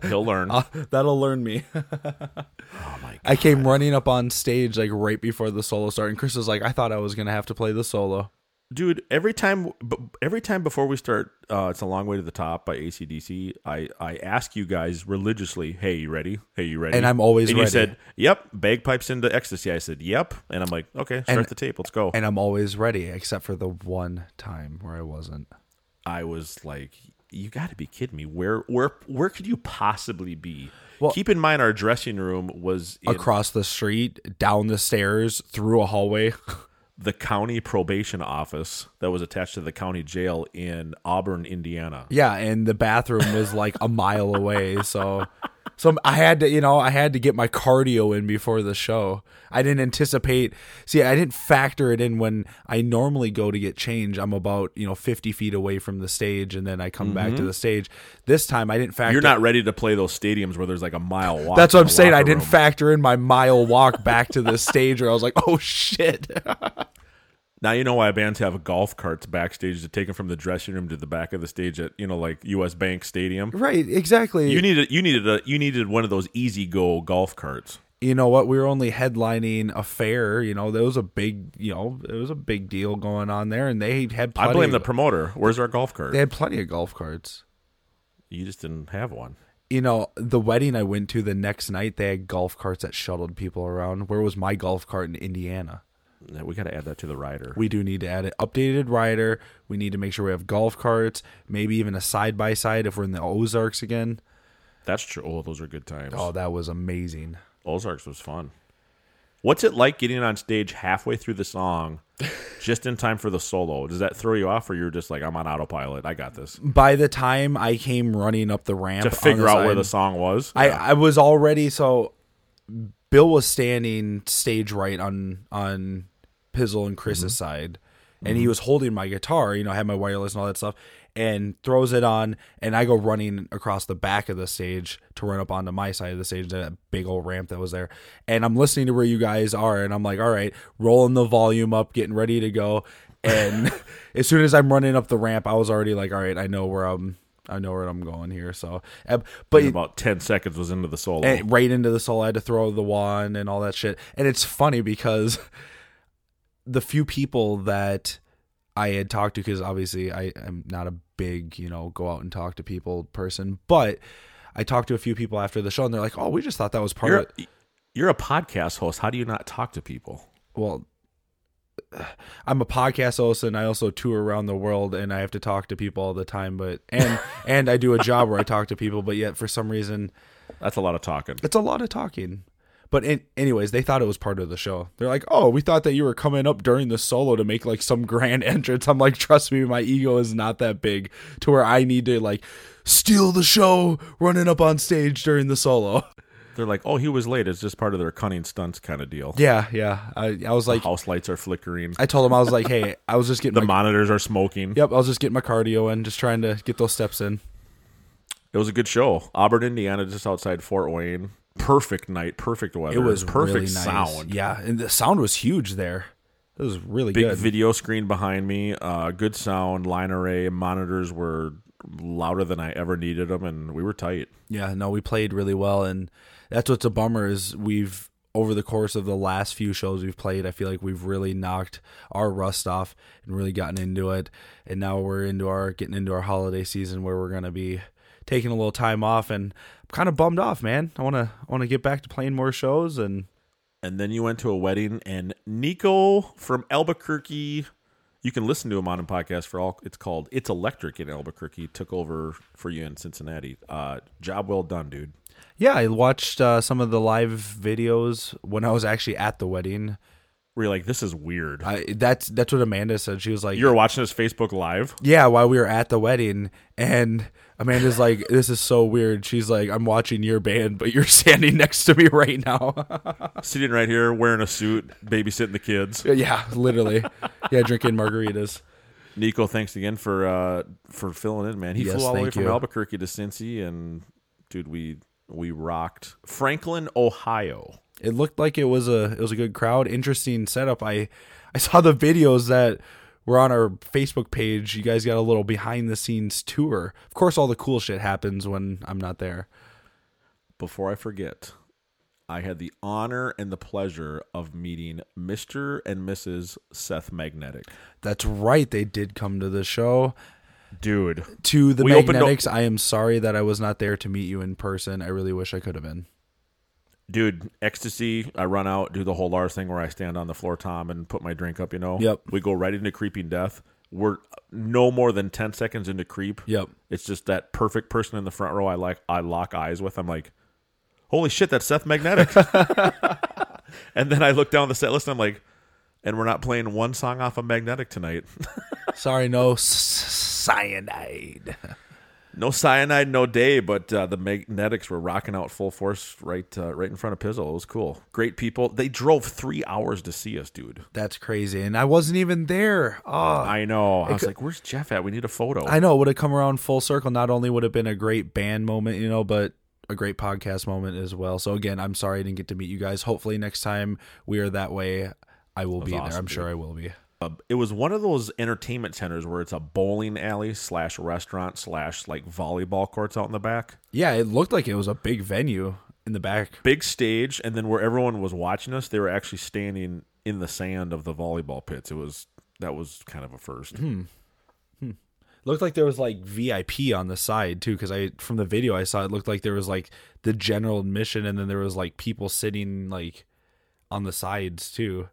Speaker 10: He'll learn."
Speaker 1: Uh, that'll learn me. Oh, I came running up on stage like right before the solo started, and Chris was like, "I thought I was gonna have to play the solo."
Speaker 10: Dude, every time, b- every time before we start, uh, it's a long way to the top by ACDC. I I ask you guys religiously, "Hey, you ready? Hey, you ready?"
Speaker 1: And I'm always
Speaker 10: and
Speaker 1: ready.
Speaker 10: you said, "Yep." Bagpipes into ecstasy. I said, "Yep," and I'm like, "Okay, start
Speaker 1: And-
Speaker 10: the tape. Let's go."
Speaker 1: And I'm always ready, except for the one time where I wasn't.
Speaker 10: I was like, "You got to be kidding me! Where where where could you possibly be?" Keep in mind, our dressing room was in
Speaker 1: Across the street, down the stairs, through a hallway.
Speaker 10: the county probation office that was attached to the county jail in Auburn, Indiana.
Speaker 1: Yeah, and the bathroom was like a mile away, so so I had to, you know, I had to get my cardio in before the show. I didn't anticipate. See, I didn't factor it in when I normally go to get change. I'm about, you know, 50 feet away from the stage and then I come back to
Speaker 10: Mhm.
Speaker 1: the stage. This time I didn't factor
Speaker 10: You're not ready to play those stadiums where there's like a mile walk.
Speaker 1: That's
Speaker 10: in
Speaker 1: what I'm
Speaker 10: the
Speaker 1: saying. I
Speaker 10: locker
Speaker 1: didn't
Speaker 10: room.
Speaker 1: factor in my mile walk back to the stage where I was like, "Oh shit."
Speaker 10: Now you know why bands have golf carts backstage to take them from the dressing room to the back of the stage at you know like U.S. Bank Stadium.
Speaker 1: right, exactly.
Speaker 10: You needed you needed a you needed one of those easy go golf carts.
Speaker 1: you know what we were only headlining a fair you know there was a big you know it was a big deal going on there and they had plenty
Speaker 10: I blame the promoter. Where's our golf cart?
Speaker 1: they had plenty of golf carts
Speaker 10: you just didn't have one.
Speaker 1: you know the wedding i went to the next night they had golf carts that shuttled people around where was my golf cart in indiana
Speaker 10: Yeah, We got to add that to the rider.
Speaker 1: we do need to add an updated rider we need to make sure we have golf carts maybe even a side by side if we're in the ozarks again
Speaker 10: That's true. Oh, those are good times.
Speaker 1: oh that was amazing
Speaker 10: Ozarks was fun. What's it like getting on stage halfway through the song, just in time for the solo? Does that throw you off, or you're just like, I'm on autopilot. I got this.
Speaker 1: by the time i came running up the ramp
Speaker 10: To
Speaker 1: on
Speaker 10: figure out where
Speaker 1: side-
Speaker 10: the song was,
Speaker 1: I, I was already so Bill was standing stage right on on Pizzle and Chris's side and he
Speaker 10: Mhm.
Speaker 1: was holding my guitar, you know, I had my wireless and all that stuff and throws it on and I go running across the back of the stage to run up onto my side of the stage that big old ramp that was there and I'm listening to where you guys are and I'm like all right rolling the volume up getting ready to go and as soon as I'm running up the ramp I was already like all right I know where I'm I know where I'm going here so uh, but
Speaker 10: but about ten seconds was into the solo.
Speaker 1: and right into the soul. I had to throw the wand and all that shit. And it's funny because the few people that I had talked to, because obviously I am not a big, you know, go out and talk to people person, but I talked to a few people after the show and they're like, oh, we just thought that was part
Speaker 10: you're,
Speaker 1: of
Speaker 10: you're a podcast host. How do you not talk to people?
Speaker 1: Well, I'm a podcast host and I also tour around the world and I have to talk to people all the time. But and and I do a job where I talk to people, but yet for some reason,
Speaker 10: that's a lot of talking.
Speaker 1: It's a lot of talking. But in, anyways, they thought it was part of the show. They're like, "Oh, we thought that you were coming up during the solo to make like some grand entrance." I'm like, "Trust me, my ego is not that big to where I need to like steal the show running up on stage during the solo."
Speaker 10: They're like, oh, he was late. It's just part of their cunning stunts kind of deal.
Speaker 1: Yeah, yeah. I, I was
Speaker 10: The
Speaker 1: like,
Speaker 10: house lights are flickering.
Speaker 1: I told him I was like, "Hey, I was just getting
Speaker 10: the
Speaker 1: my-
Speaker 10: monitors are smoking.
Speaker 1: Yep, I was just getting my cardio in, just trying to get those steps in.
Speaker 10: It was a good show. Auburn, Indiana, just outside Fort Wayne. Perfect night, perfect weather.
Speaker 1: It was
Speaker 10: perfect
Speaker 1: really nice.
Speaker 10: sound.
Speaker 1: Yeah, and the sound was huge there. It was really
Speaker 10: Big
Speaker 1: good.
Speaker 10: video screen behind me. Uh, good sound, line array. Monitors were louder than I ever needed them, and we were tight.
Speaker 1: Yeah, no, we played really well, and that's what's a bummer is we've over the course of the last few shows we've played, I feel like we've really knocked our rust off and really gotten into it, and now we're into our getting into our holiday season where we're gonna be taking a little time off, and I'm kind of bummed off, man. I wanna I wanna get back to playing more shows, and
Speaker 10: And then you went to a wedding, and Nico from Albuquerque. You can listen to him on a podcast for all. It's called "It's Electric" in Albuquerque. Took over for you in Cincinnati. Uh, job well done, dude.
Speaker 1: yeah, I watched uh, some of the live videos when I was actually at the wedding.
Speaker 10: Where you're like, this is weird.
Speaker 1: I, that's that's what Amanda said. She was like,
Speaker 10: you were watching his Facebook Live.
Speaker 1: yeah, while we were at the wedding, and Amanda's like, "This is so weird." She's like, "I'm watching your band, but you're standing next to me right now."
Speaker 10: sitting right here wearing a suit, babysitting the kids.
Speaker 1: yeah, literally. Yeah, drinking margaritas.
Speaker 10: Nico, thanks again for uh, for filling in, man. He
Speaker 1: Yes,
Speaker 10: flew all the way
Speaker 1: thank
Speaker 10: from
Speaker 1: you.
Speaker 10: Albuquerque to Cincy, and dude, we we rocked Franklin, Ohio.
Speaker 1: It looked like it was a it was a good crowd. Interesting setup. I I saw the videos that were on our Facebook page. You guys got a little behind the scenes tour. Of course, all the cool shit happens when I'm not there.
Speaker 10: Before I forget, I had the honor and the pleasure of meeting Mr. and Mrs. Seth Magnetic.
Speaker 1: That's right. They did come to the show.
Speaker 10: Dude,
Speaker 1: To the
Speaker 10: We opened up-
Speaker 1: Magnetics, I am sorry that I was not there to meet you in person. I really wish I could have been.
Speaker 10: dude, ecstasy. I run out, do the whole Lars thing where I stand on the floor, Tom, and put my drink up. You know.
Speaker 1: Yep.
Speaker 10: We go right into creeping death. We're no more than ten seconds into creep.
Speaker 1: Yep.
Speaker 10: It's just that perfect person in the front row. I like. I lock eyes with. I'm like, holy shit, that's Seth Magnetic. and then I look down the set list. and I'm like, and we're not playing one song off of Magnetic tonight.
Speaker 1: Sorry, no s- cyanide.
Speaker 10: no cyanide, no day. But uh, the Magnetics were rocking out full force right, uh, right in front of Pizzle. It was cool. Great people. They drove three hours to see us, dude.
Speaker 1: That's crazy. And I wasn't even there. Oh,
Speaker 10: I know.
Speaker 1: It
Speaker 10: I was
Speaker 1: cou-
Speaker 10: like, "Where's Jeff at? We need a photo."
Speaker 1: I know. It would have come around full circle. Not only would have been a great band moment, you know, but a great podcast moment as well. So, again, I'm sorry I didn't get to meet you guys. Hopefully, next time we are that way, I will
Speaker 10: was
Speaker 1: be there.
Speaker 10: awesome,
Speaker 1: I'm sure
Speaker 10: dude.
Speaker 1: I will be.
Speaker 10: Uh, it was one of those entertainment centers where it's a bowling alley slash restaurant slash like volleyball courts out in the back,
Speaker 1: Yeah, it looked like it was a big venue in the back.
Speaker 10: big stage, and then where everyone was watching us, they were actually standing in the sand of the volleyball pits. It was that was kind of a first.
Speaker 1: Looked like there was like VIP on the side too, because I from the video I saw it looked like there was like the general admission, and then there was like people sitting like on the sides too.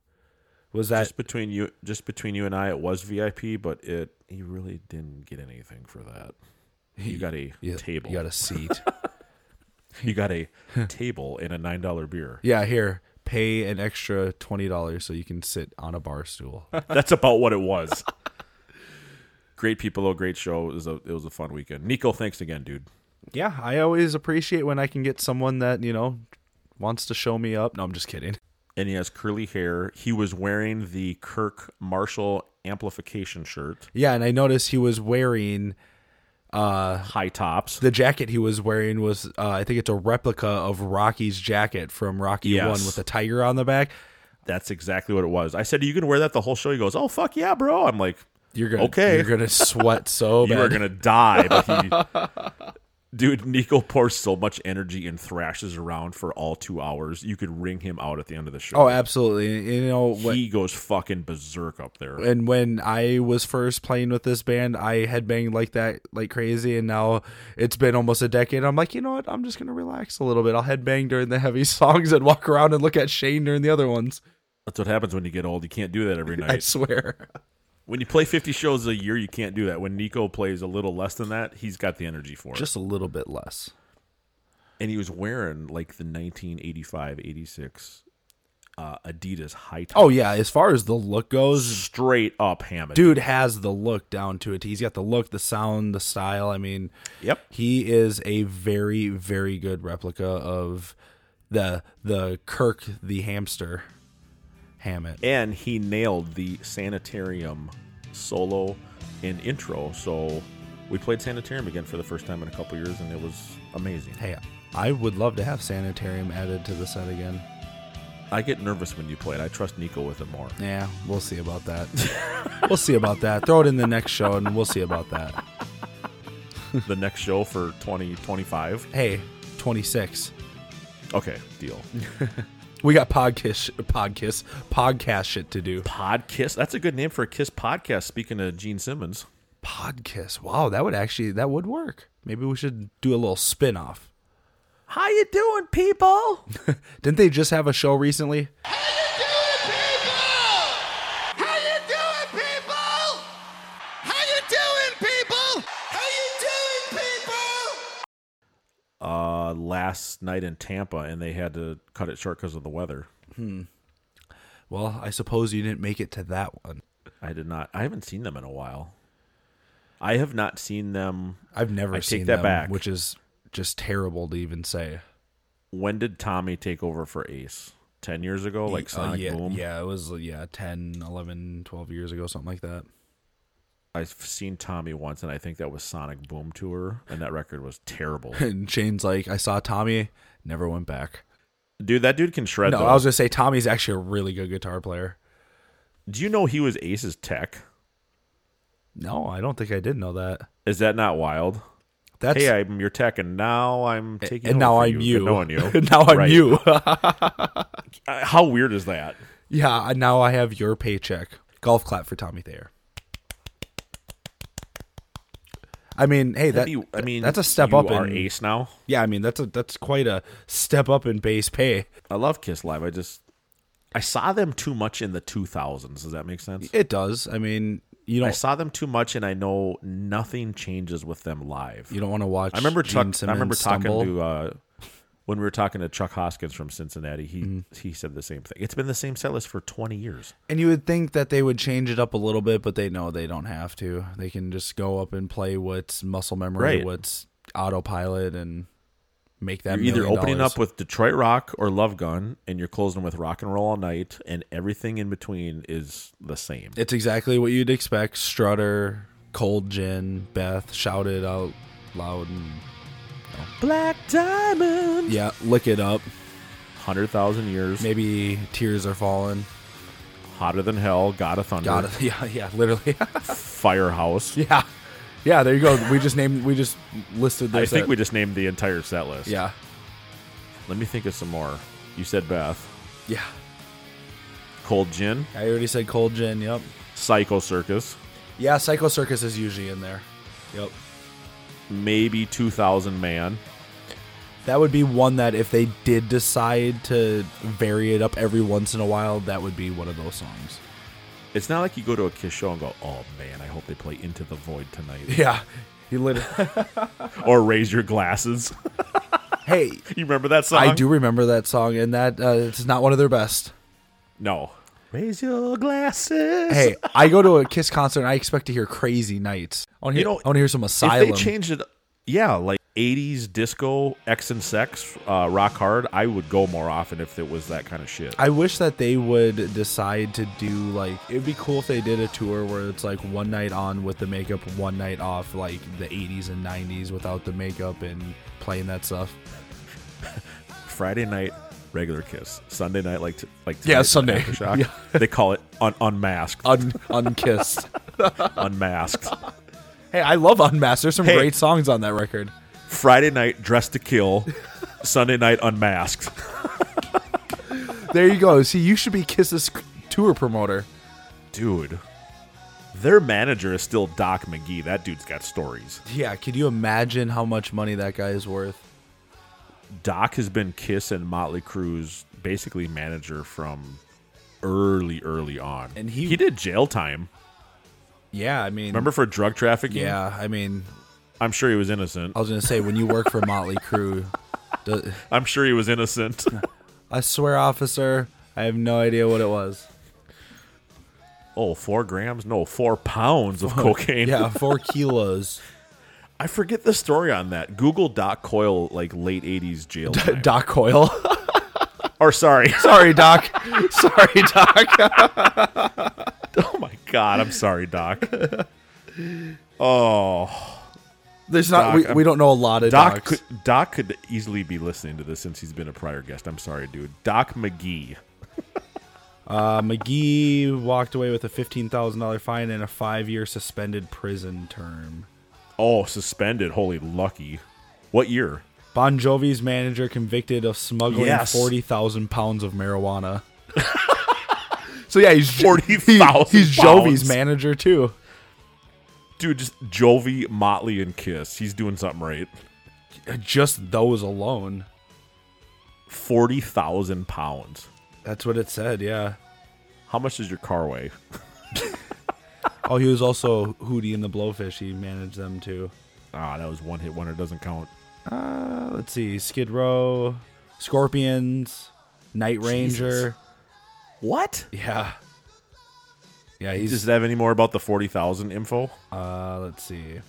Speaker 1: Was that
Speaker 10: Just between you, just between you and I, it was VIP, but it you really didn't get anything for that. You got a
Speaker 1: Yeah,
Speaker 10: table.
Speaker 1: You got a seat.
Speaker 10: you got a table and a nine dollar beer.
Speaker 1: yeah, here, pay an extra twenty dollars so you can sit on a bar stool.
Speaker 10: That's about what it was. great people, though. Great show. It was a it was a fun weekend. Nico, thanks again, dude.
Speaker 1: yeah, I always appreciate when I can get someone that you know wants to show me up. No, I'm just kidding.
Speaker 10: And he has curly hair. He was wearing the Kirk Marshall amplification shirt,
Speaker 1: Yeah, and I noticed he was wearing uh
Speaker 10: high tops.
Speaker 1: the jacket he was wearing was uh, I think it's a replica of Rocky's jacket from Rocky
Speaker 10: Yes.
Speaker 1: One with a tiger on the back.
Speaker 10: That's exactly what it was. I said, "You can wear that the whole show." He goes, "Oh fuck yeah, bro!" I'm like,
Speaker 1: You're gonna
Speaker 10: Okay.
Speaker 1: You're gonna sweat so bad.
Speaker 10: "You are gonna die." But he, dude, Nico pours so much energy and thrashes around for all two hours. You could ring him out at the end of the show.
Speaker 1: Oh, absolutely. You know what?
Speaker 10: he goes fucking berserk up there.
Speaker 1: and when I was first playing with this band, I headbanged like that, like crazy, and now it's been almost a decade. I'm like, you know what? I'm just gonna relax a little bit. I'll headbang during the heavy songs and walk around and look at Shane during the other ones.
Speaker 10: That's what happens when you get old. You can't do that every night.
Speaker 1: I swear.
Speaker 10: When you play 50 shows a year, you can't do that. When Nico plays a little less than that, he's got the energy for it.
Speaker 1: Just a little bit less.
Speaker 10: And he was wearing like the 1985 86 uh, Adidas high top.
Speaker 1: Oh yeah, as far as the look goes,
Speaker 10: straight up Hammond.
Speaker 1: Dude has the look down to it. He's got the look, the sound, the style. I mean,
Speaker 10: yep.
Speaker 1: He is a very very good replica of the the Kirk the hamster. Hammett.
Speaker 10: And he nailed the sanitarium solo and intro. So we played sanitarium again for the first time in a couple years and it was amazing.
Speaker 1: Hey, I would love to have sanitarium added to the set again.
Speaker 10: I get nervous when you play it. I trust Nico with it more.
Speaker 1: Yeah, we'll see about that. we'll see about that. Throw it in the next show and we'll see about that.
Speaker 10: the next show for 2025?
Speaker 1: Hey, 26.
Speaker 10: Okay, deal.
Speaker 1: we got podcast podcast podcast shit to do.
Speaker 10: Podkiss. That's a good name for a kiss podcast speaking of Gene Simmons.
Speaker 1: Podkiss. Wow, that would actually that would work. Maybe we should do a little spin-off.
Speaker 10: How you doing, people?
Speaker 1: Didn't they just have a show recently?
Speaker 2: How you doing, people? How you doing, people? How you doing, people? How you doing, people?
Speaker 10: Uh last night in Tampa and they had to cut it short cuz of the weather.
Speaker 1: Hmm. Well, I suppose you didn't make it to that one.
Speaker 10: I did not. I haven't seen them in a while. I have not seen them.
Speaker 1: I've never
Speaker 10: I
Speaker 1: seen
Speaker 10: take that
Speaker 1: them,
Speaker 10: back.
Speaker 1: which is just terrible to even say.
Speaker 10: when did Tommy take over for Ace? 10 years ago, like
Speaker 1: Uh,
Speaker 10: Sonic
Speaker 1: yeah,
Speaker 10: Boom?
Speaker 1: Yeah, it was yeah, 10, 11, 12 years ago, something like that.
Speaker 10: I've seen Tommy once, and I think that was Sonic Boom Tour, and that record was terrible.
Speaker 1: And Shane's like, I saw Tommy, never went back.
Speaker 10: Dude, that dude can shred.
Speaker 1: no,
Speaker 10: though.
Speaker 1: I was gonna say Tommy's actually a really good guitar player.
Speaker 10: Do you know he was Ace's tech?
Speaker 1: No, I don't think I did know that.
Speaker 10: Is that not wild?
Speaker 1: That's- eh,
Speaker 10: hey, I'm your tech, and now I'm
Speaker 1: And,
Speaker 10: taking.
Speaker 1: now
Speaker 10: over for
Speaker 1: I'm
Speaker 10: you.
Speaker 1: you.
Speaker 10: Good knowing you.
Speaker 1: now I'm
Speaker 10: Right.
Speaker 1: you.
Speaker 10: Uh, How weird is that?
Speaker 1: yeah, I- now I have your paycheck. Golf clap for Tommy Thayer. I mean, hey, that
Speaker 10: That'd be- I mean,
Speaker 1: that's a step
Speaker 10: you
Speaker 1: up
Speaker 10: are
Speaker 1: in
Speaker 10: Ace now.
Speaker 1: Yeah, I mean, that's a that's quite a step up in base pay.
Speaker 10: I love Kiss Live. I just I saw them too much in the 2000s. Does that make sense?
Speaker 1: It does. I mean, you
Speaker 10: I
Speaker 1: don't
Speaker 10: saw them too much, and I know nothing changes with them live.
Speaker 1: you don't want to watch.
Speaker 10: I remember
Speaker 1: Gene
Speaker 10: Chuck. I
Speaker 1: Simmons
Speaker 10: remember talking
Speaker 1: stumble.
Speaker 10: to uh, when we were talking to Chuck Hoskins from Cincinnati. He
Speaker 1: Mm-hmm.
Speaker 10: he said the same thing. It's been the same set list for 20 years.
Speaker 1: And you would think that they would change it up a little bit, but they know they don't have to. They can just go up and play what's muscle memory,
Speaker 10: Right.
Speaker 1: what's autopilot, and make that.
Speaker 10: you're either
Speaker 1: million
Speaker 10: opening
Speaker 1: dollars.
Speaker 10: up with Detroit Rock or Love Gun, and you're closing with Rock and Roll All Night, and everything in between is the same.
Speaker 1: It's exactly what you'd expect. Strutter, Cold Gin, Beth shouted out loud and
Speaker 10: Black Diamond.
Speaker 1: yeah, lick it up.
Speaker 10: Hundred thousand years.
Speaker 1: Maybe tears are falling.
Speaker 10: Hotter than hell. God of Thunder.
Speaker 1: Got it. Yeah, yeah, literally.
Speaker 10: Firehouse.
Speaker 1: yeah, yeah. There you go. We just named. We just listed. Their
Speaker 10: I think
Speaker 1: set.
Speaker 10: we just named the entire set list.
Speaker 1: Yeah,
Speaker 10: Let me think of some more. You said Beth.
Speaker 1: yeah.
Speaker 10: Cold Gin.
Speaker 1: I already said Cold Gin. Yep.
Speaker 10: Psycho Circus.
Speaker 1: Yeah, Psycho Circus is usually in there. Yep.
Speaker 10: Maybe 2000 Man.
Speaker 1: That would be one that if they did decide to vary it up every once in a while, that would be one of those songs.
Speaker 10: It's not like you go to a Kiss show and go, oh man, I hope they play Into the Void tonight.
Speaker 1: Yeah. You lit
Speaker 10: or Raise Your Glasses.
Speaker 1: Hey,
Speaker 10: you remember that song?
Speaker 1: I do remember that song and that uh, it's not one of their best.
Speaker 10: No. Raise your glasses.
Speaker 1: Hey, I go to a Kiss concert and I expect to hear Crazy Nights. I want to
Speaker 10: You
Speaker 1: hear,
Speaker 10: know,
Speaker 1: I wanna hear some Asylum.
Speaker 10: If they changed it, yeah, like 80s disco, X and Sex, uh, Rock Hard, I would go more often if it was that kind of shit.
Speaker 1: I wish that they would decide to do like it'd be cool if they did a tour where it's like one night on with the makeup, one night off, like the 80s and 90s without the makeup and playing that stuff.
Speaker 10: Friday night, regular Kiss. Sunday night, like t- like
Speaker 1: Yeah,
Speaker 10: tonight,
Speaker 1: Sunday.
Speaker 10: Aftershock.
Speaker 1: Yeah.
Speaker 10: They call it un- unmasked.
Speaker 1: Un- unkissed.
Speaker 10: unmasked.
Speaker 1: hey, I love Unmasked. There's some
Speaker 10: Hey.
Speaker 1: great songs on that record.
Speaker 10: Friday night, dressed to kill. Sunday night, unmasked.
Speaker 1: There you go. See, you should be Kiss's tour promoter.
Speaker 10: Dude, their manager is still Doc McGee. That dude's got stories.
Speaker 1: Yeah, could you imagine how much money that guy is worth?
Speaker 10: Doc has been Kiss and Motley Crue's basically manager from early, early on, and he he did jail time.
Speaker 1: Yeah, I mean,
Speaker 10: Remember for drug trafficking?
Speaker 1: Yeah, Oh. I mean,
Speaker 10: I'm sure he was innocent.
Speaker 1: I was gonna say when you work for Motley Crue, do-
Speaker 10: I'm sure he was innocent.
Speaker 1: I swear, officer, I have no idea what it was.
Speaker 10: oh, four grams? No, four pounds of cocaine.
Speaker 1: yeah, four kilos.
Speaker 10: I forget the story on that. Google Doc Coyle, like late '80s jail. time.
Speaker 1: Doc Coyle.
Speaker 10: or sorry,
Speaker 1: sorry, Doc. Sorry, Doc.
Speaker 10: oh my God, I'm sorry, Doc. Oh,
Speaker 1: There's not. we,
Speaker 10: Doc,
Speaker 1: we
Speaker 10: I'm-
Speaker 1: don't know a lot of
Speaker 10: Doc
Speaker 1: docs.
Speaker 10: could, Doc could easily be listening to this since he's been a prior guest. I'm sorry, dude. Doc McGee.
Speaker 1: Uh, McGee walked away with a fifteen thousand dollar fine and a five year suspended prison term.
Speaker 10: Oh, suspended. Holy lucky. What year?
Speaker 1: Bon Jovi's manager convicted of smuggling
Speaker 10: Yes.
Speaker 1: forty thousand pounds of marijuana. so yeah, he's
Speaker 10: Forty thousand.
Speaker 1: He's Jovi's
Speaker 10: pounds.
Speaker 1: manager too.
Speaker 10: Dude, just Jovi, Motley, and Kiss. He's doing something right.
Speaker 1: Just those alone.
Speaker 10: Forty thousand pounds.
Speaker 1: That's what it said. Yeah.
Speaker 10: How much does your car weigh?
Speaker 1: Oh, he was also Hootie and the Blowfish. He managed them too.
Speaker 10: Ah, that was one hit wonder. Doesn't count.
Speaker 1: Uh, let's see. Skid Row, Scorpions, Night Ranger.
Speaker 10: What?
Speaker 1: Yeah. Yeah, he's
Speaker 10: Does it have any more about the forty thousand info?
Speaker 1: Uh, let's see.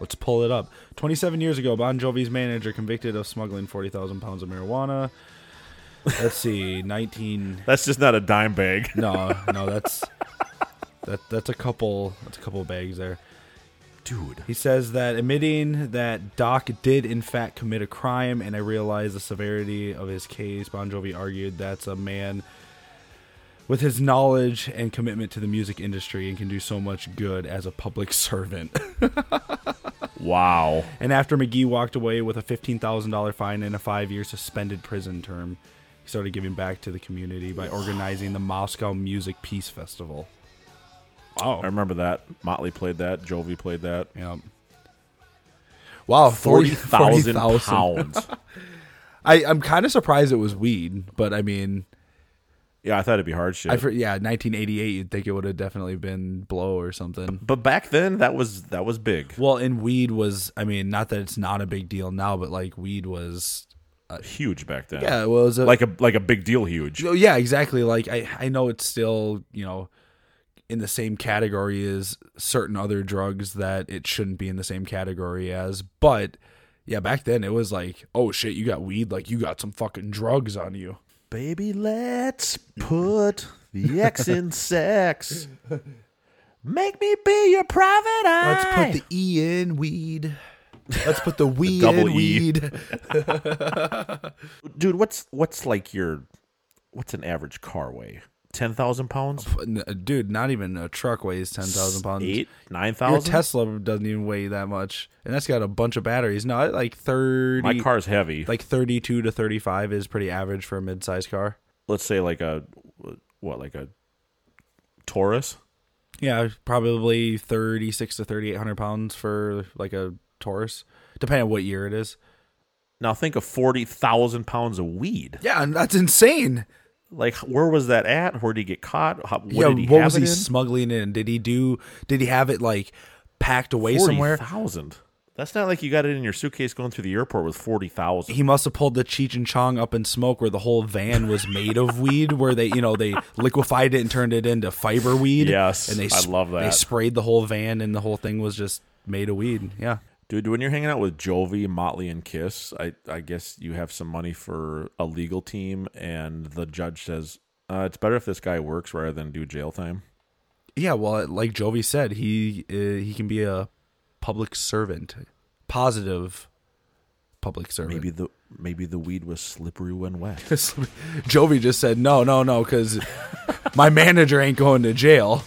Speaker 1: Let's pull it up. 27 years ago, Bon Jovi's manager convicted of smuggling 40,000 pounds of marijuana. Let's see, 19.
Speaker 10: That's just not a dime bag.
Speaker 1: No, no, that's that. That's a couple. That's a couple bags there.
Speaker 10: Dude.
Speaker 1: He says that admitting that Doc did in fact commit a crime, and I realize the severity of his case. Bon Jovi argued that's a man with his knowledge and commitment to the music industry and can do so much good as a public servant.
Speaker 10: Wow.
Speaker 1: And after McGee walked away with a $15,000 fine and a five year suspended prison term, he started giving back to the community by organizing the Moscow Music Peace Festival. Wow.
Speaker 10: I remember that. Motley played that. Jovi played that.
Speaker 1: Yep. Wow,
Speaker 10: 40,000 pounds.
Speaker 1: I, I'm kind of surprised it was weed, but I mean,
Speaker 10: Yeah, I thought it'd be hard shit.
Speaker 1: I, for, yeah, 1988, you'd think it would have definitely been blow or something.
Speaker 10: but back then, that was that was big,
Speaker 1: Well, and weed was, I mean, not that it's not a big deal now, but like weed was,
Speaker 10: huge back then.
Speaker 1: yeah, well, it was a,
Speaker 10: like a like a big deal, huge.
Speaker 1: Oh, yeah, exactly. Like I, I know it's still, you know, in the same category as certain other drugs that it shouldn't be in the same category as, but yeah, back then it was like, oh shit, you got weed, like you got some fucking drugs on you.
Speaker 10: Baby, let's put the X in sex. Make me be your private
Speaker 1: Let's put the E in weed. Let's put the weed
Speaker 10: double
Speaker 1: in
Speaker 10: E.
Speaker 1: weed.
Speaker 10: Dude, what's what's like your what's an average car weigh? Ten thousand pounds?
Speaker 1: N- uh, Dude, not even a truck weighs ten thousand pounds.
Speaker 10: Eight? Nine
Speaker 1: Your
Speaker 10: thousand?
Speaker 1: Tesla doesn't even weigh that much, and that's got a bunch of batteries. No, I like thirty.
Speaker 10: My car's heavy.
Speaker 1: like 32 to 35 is pretty average for a mid-sized car.
Speaker 10: Let's say like a what, like a Taurus?
Speaker 1: Yeah, probably 36 to 3800 pounds for like a Taurus, depending on what year it is.
Speaker 10: Now think of forty thousand pounds of weed.
Speaker 1: Yeah, and that's insane.
Speaker 10: Like where was that at? Where did he get caught? How, what
Speaker 1: yeah,
Speaker 10: did he
Speaker 1: what
Speaker 10: have
Speaker 1: was
Speaker 10: it
Speaker 1: he
Speaker 10: in?
Speaker 1: smuggling in? Did he do? Did he have it like packed away somewhere?
Speaker 10: thousand. That's not like you got it in your suitcase going through the airport with forty thousand.
Speaker 1: He must have pulled the Cheech and Chong up in smoke, where the whole van was made of weed, where they, you know, they liquefied it and turned it into fiber weed.
Speaker 10: Yes,
Speaker 1: and they,
Speaker 10: I love
Speaker 1: They
Speaker 10: that.
Speaker 1: sprayed the whole van, and the whole thing was just made of weed. Yeah.
Speaker 10: Dude, when you're hanging out with Jovi, Motley, and Kiss, I, I guess you have some money for a legal team, and the judge says uh, it's better if this guy works rather than do jail time.
Speaker 1: Yeah, well, like Jovi said, he uh, he can be a public servant, positive public servant.
Speaker 10: Maybe the maybe the weed was slippery when wet.
Speaker 1: Jovi just said no, no, no, because my manager ain't going to jail.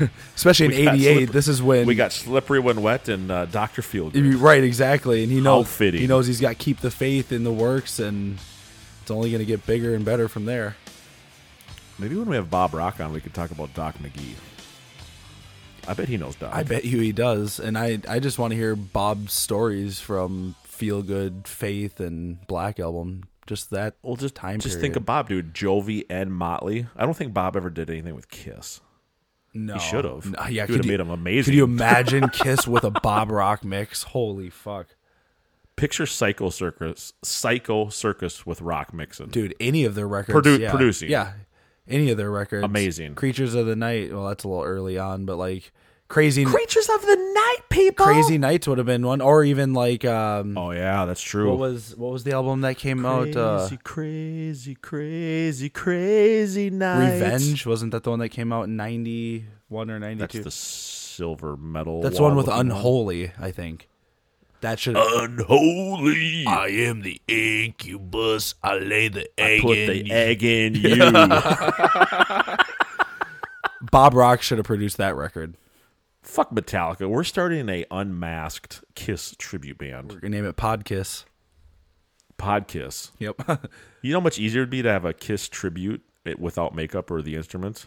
Speaker 1: Especially in
Speaker 10: We got
Speaker 1: '88,
Speaker 10: slippery-
Speaker 1: this is when
Speaker 10: we got slippery when wet and uh, Doctor Field.
Speaker 1: right exactly, and he
Speaker 10: How
Speaker 1: knows
Speaker 10: fitting.
Speaker 1: he knows he's got keep the faith in the works, and it's only going to get bigger and better from there.
Speaker 10: Maybe when we have Bob Rock on, we could talk about Doc McGee. I bet he knows Doc.
Speaker 1: I bet you he does, and I I just want to hear Bob's stories from Feel Good, Faith, and Black Album. Just that.
Speaker 10: Well, just
Speaker 1: time.
Speaker 10: Just
Speaker 1: period.
Speaker 10: think of Bob, dude. Jovi and Motley. I don't think Bob ever did anything with Kiss.
Speaker 1: No,
Speaker 10: he should have.
Speaker 1: No, yeah,
Speaker 10: he
Speaker 1: could
Speaker 10: would have
Speaker 1: you-
Speaker 10: made him amazing.
Speaker 1: Could you imagine Kiss with a Bob Rock mix? Holy fuck,
Speaker 10: Picture Psycho Circus, Psycho Circus with rock mixing,
Speaker 1: dude! Any of their records,
Speaker 10: Produ-
Speaker 1: yeah.
Speaker 10: producing,
Speaker 1: yeah, any of their records,
Speaker 10: Amazing.
Speaker 1: Creatures of the Night. Well, that's a little early on, but like crazy,
Speaker 10: Creatures of the Night, people.
Speaker 1: crazy nights would have been one, or even like, um,
Speaker 10: Oh yeah, that's true.
Speaker 1: what was what was the album that came
Speaker 10: crazy,
Speaker 1: out? Uh,
Speaker 10: crazy, crazy, crazy night.
Speaker 1: Revenge wasn't that the one that came out in ninety one or ninety
Speaker 10: That's
Speaker 1: two?
Speaker 10: the silver medal.
Speaker 1: That's the one with Unholy, I think. That should
Speaker 10: Uh, Unholy.
Speaker 1: I am the incubus. I lay the
Speaker 10: I put the egg in you.
Speaker 1: Bob Rock should have produced that record.
Speaker 10: Fuck Metallica. We're starting a unmasked Kiss tribute band.
Speaker 1: We're gonna name it Podkiss.
Speaker 10: Podkiss.
Speaker 1: Yep.
Speaker 10: You know how much easier it'd be to have a Kiss tribute it- without makeup or the instruments?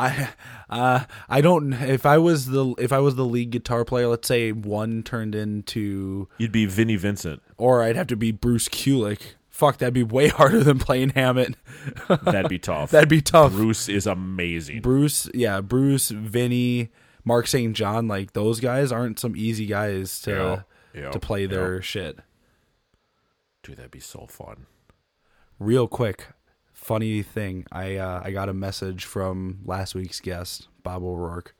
Speaker 1: I uh I don't if I was the if I was the lead guitar player, let's say one turned into
Speaker 10: You'd be Vinnie Vincent.
Speaker 1: or I'd have to be Bruce Kulick. Fuck, that'd be way harder than playing Hammett.
Speaker 10: That'd be tough.
Speaker 1: That'd be tough.
Speaker 10: Bruce is amazing.
Speaker 1: Bruce, yeah, Bruce, Vinny, Mark St. John, like those guys aren't some easy guys to
Speaker 10: Yeah, yeah,
Speaker 1: to play their shit.
Speaker 10: Dude, that'd be so fun.
Speaker 1: Real quick, funny thing, I uh, I got a message from last week's guest, Bob O'Rourke.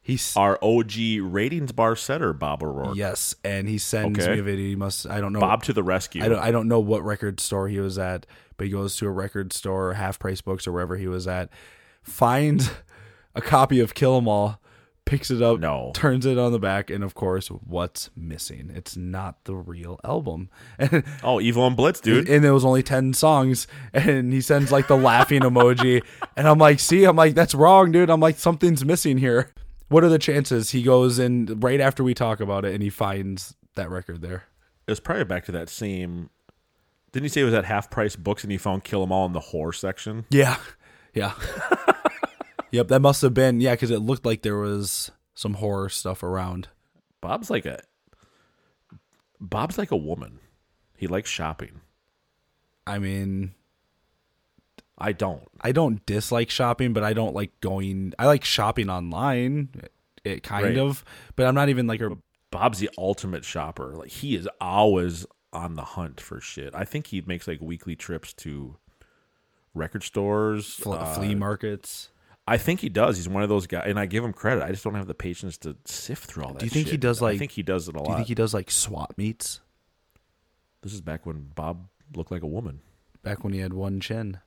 Speaker 1: He's
Speaker 10: Our OG ratings bar setter, Bob O'Rourke.
Speaker 1: yes, and he sends
Speaker 10: Okay.
Speaker 1: me a video. He must I don't know
Speaker 10: Bob to the rescue.
Speaker 1: I don't I don't know what record store he was at, but he goes to a record store, half price books or wherever he was at, finds a copy of Kill 'Em All, picks it up,
Speaker 10: No.
Speaker 1: turns it on the back, and of course, what's missing? It's not the real album. And,
Speaker 10: oh, Evil and Blitz, dude.
Speaker 1: and there was only ten songs, and he sends like the laughing emoji, and I'm like, see, I'm like, that's wrong, dude. I'm like, something's missing here. What are the chances he goes in right after we talk about it and he finds that record there?
Speaker 10: it was probably back to that same. Didn't you say it was at half price books and you found Kill 'Em All in the horror section?
Speaker 1: Yeah. Yeah. yep, that must have been yeah, because it looked like there was some horror stuff around.
Speaker 10: Bob's like a Bob's like a woman. He likes shopping.
Speaker 1: I mean,
Speaker 10: I don't.
Speaker 1: I don't dislike shopping, but I don't like going. I like shopping online, it, it kind
Speaker 10: Right.
Speaker 1: of, but I'm not even like a.
Speaker 10: Bob's the ultimate shopper. Like he is always on the hunt for shit. I think he makes like weekly trips to record stores,
Speaker 1: Fl-
Speaker 10: uh,
Speaker 1: flea markets.
Speaker 10: I think he does. He's one of those guys, and I give him credit. I just don't have the patience to sift through all that.
Speaker 1: Do you think he
Speaker 10: shit.
Speaker 1: does like?
Speaker 10: I think he does it a
Speaker 1: Do you
Speaker 10: lot.
Speaker 1: think he does like swap meets?
Speaker 10: this is back when Bob looked like a woman.
Speaker 1: Back when he had one chin.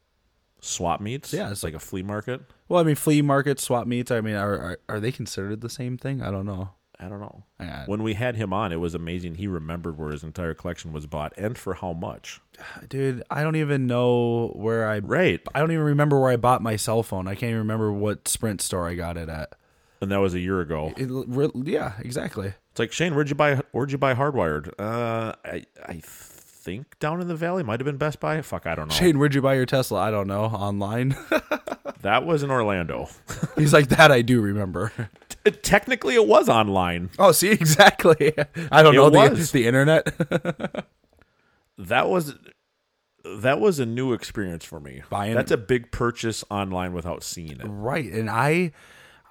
Speaker 10: Swap meets.
Speaker 1: Yeah,
Speaker 10: it's like a flea market.
Speaker 1: Well, I mean, flea markets, swap meets. I mean, are are, are they considered the same thing? I don't know.
Speaker 10: I don't know.
Speaker 1: I-
Speaker 10: When we had him on, it was amazing. He remembered where his entire collection was bought and for how much.
Speaker 1: Dude, I don't even know where I
Speaker 10: Right.
Speaker 1: I don't even remember where I bought my cell phone. I can't even remember what Sprint store I got it at.
Speaker 10: And that was a year ago.
Speaker 1: It, re- yeah, exactly.
Speaker 10: It's like Shane, where'd you buy? Where'd you buy Hardwired? Uh, I I think down in the valley might have been Best Buy. Fuck, I don't know.
Speaker 1: Shane, where'd you buy your Tesla? I don't know. Online.
Speaker 10: That was in Orlando.
Speaker 1: He's like that. I do remember.
Speaker 10: T- Technically, it was online.
Speaker 1: Oh, see, exactly. I don't
Speaker 10: It
Speaker 1: know the,
Speaker 10: was.
Speaker 1: the internet.
Speaker 10: That was that was a new experience for me.
Speaker 1: Buying-
Speaker 10: That's a big purchase online without seeing it.
Speaker 1: right, and I,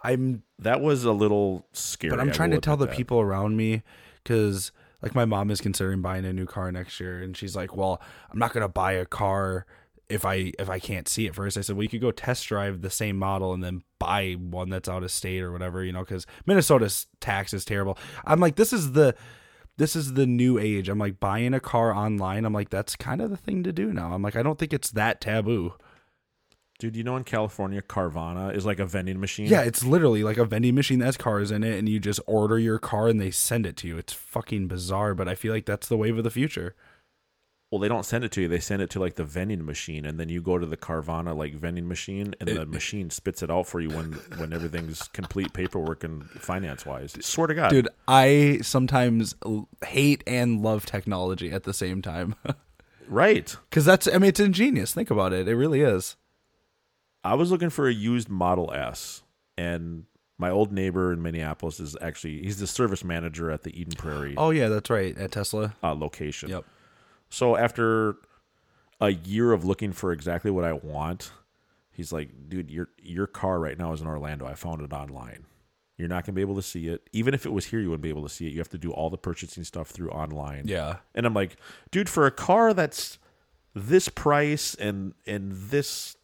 Speaker 1: I'm,
Speaker 10: That was a little scary.
Speaker 1: but
Speaker 10: I
Speaker 1: I'm trying
Speaker 10: will
Speaker 1: to tell the
Speaker 10: admit that.
Speaker 1: people around me because. Like my mom is considering buying a new car next year, and she's like, "Well, I'm not gonna buy a car if I if I can't see it first. I said, "Well, you could go test drive the same model and then buy one that's out of state or whatever, you know, because Minnesota's tax is terrible." I'm like, "This is the this is the new age." I'm like, buying a car online. I'm like, that's kind of the thing to do now. I'm like, I don't think it's that taboo.
Speaker 10: Dude, you know in California, Carvana is like a vending machine.
Speaker 1: Yeah, it's literally like a vending machine that has cars in it, and you just order your car and they send it to you. It's fucking bizarre, but I feel like that's the wave of the future.
Speaker 10: Well, they don't send it to you. They send it to like the vending machine, and then you go to the Carvana like vending machine, and the machine spits it out for you when when everything's complete paperwork and finance wise. Swear to God,
Speaker 1: Dude, I sometimes l- hate and love technology at the same time.
Speaker 10: Right.
Speaker 1: Because that's, I mean, it's ingenious. Think about it. It really is.
Speaker 10: I was looking for a used Model S, and my old neighbor in Minneapolis is actually he's the service manager at the Eden Prairie
Speaker 1: Oh yeah, that's right. At Tesla.
Speaker 10: uh, location.
Speaker 1: Oh. Yep.
Speaker 10: So after a year of looking for exactly what I want, he's like, dude, your your car right now is in Orlando. I found it online. You're not gonna be able to see it. Even if it was here, you wouldn't be able to see it. You have to do all the purchasing stuff through online.
Speaker 1: Yeah.
Speaker 10: And I'm like, dude, for a car that's this price and and this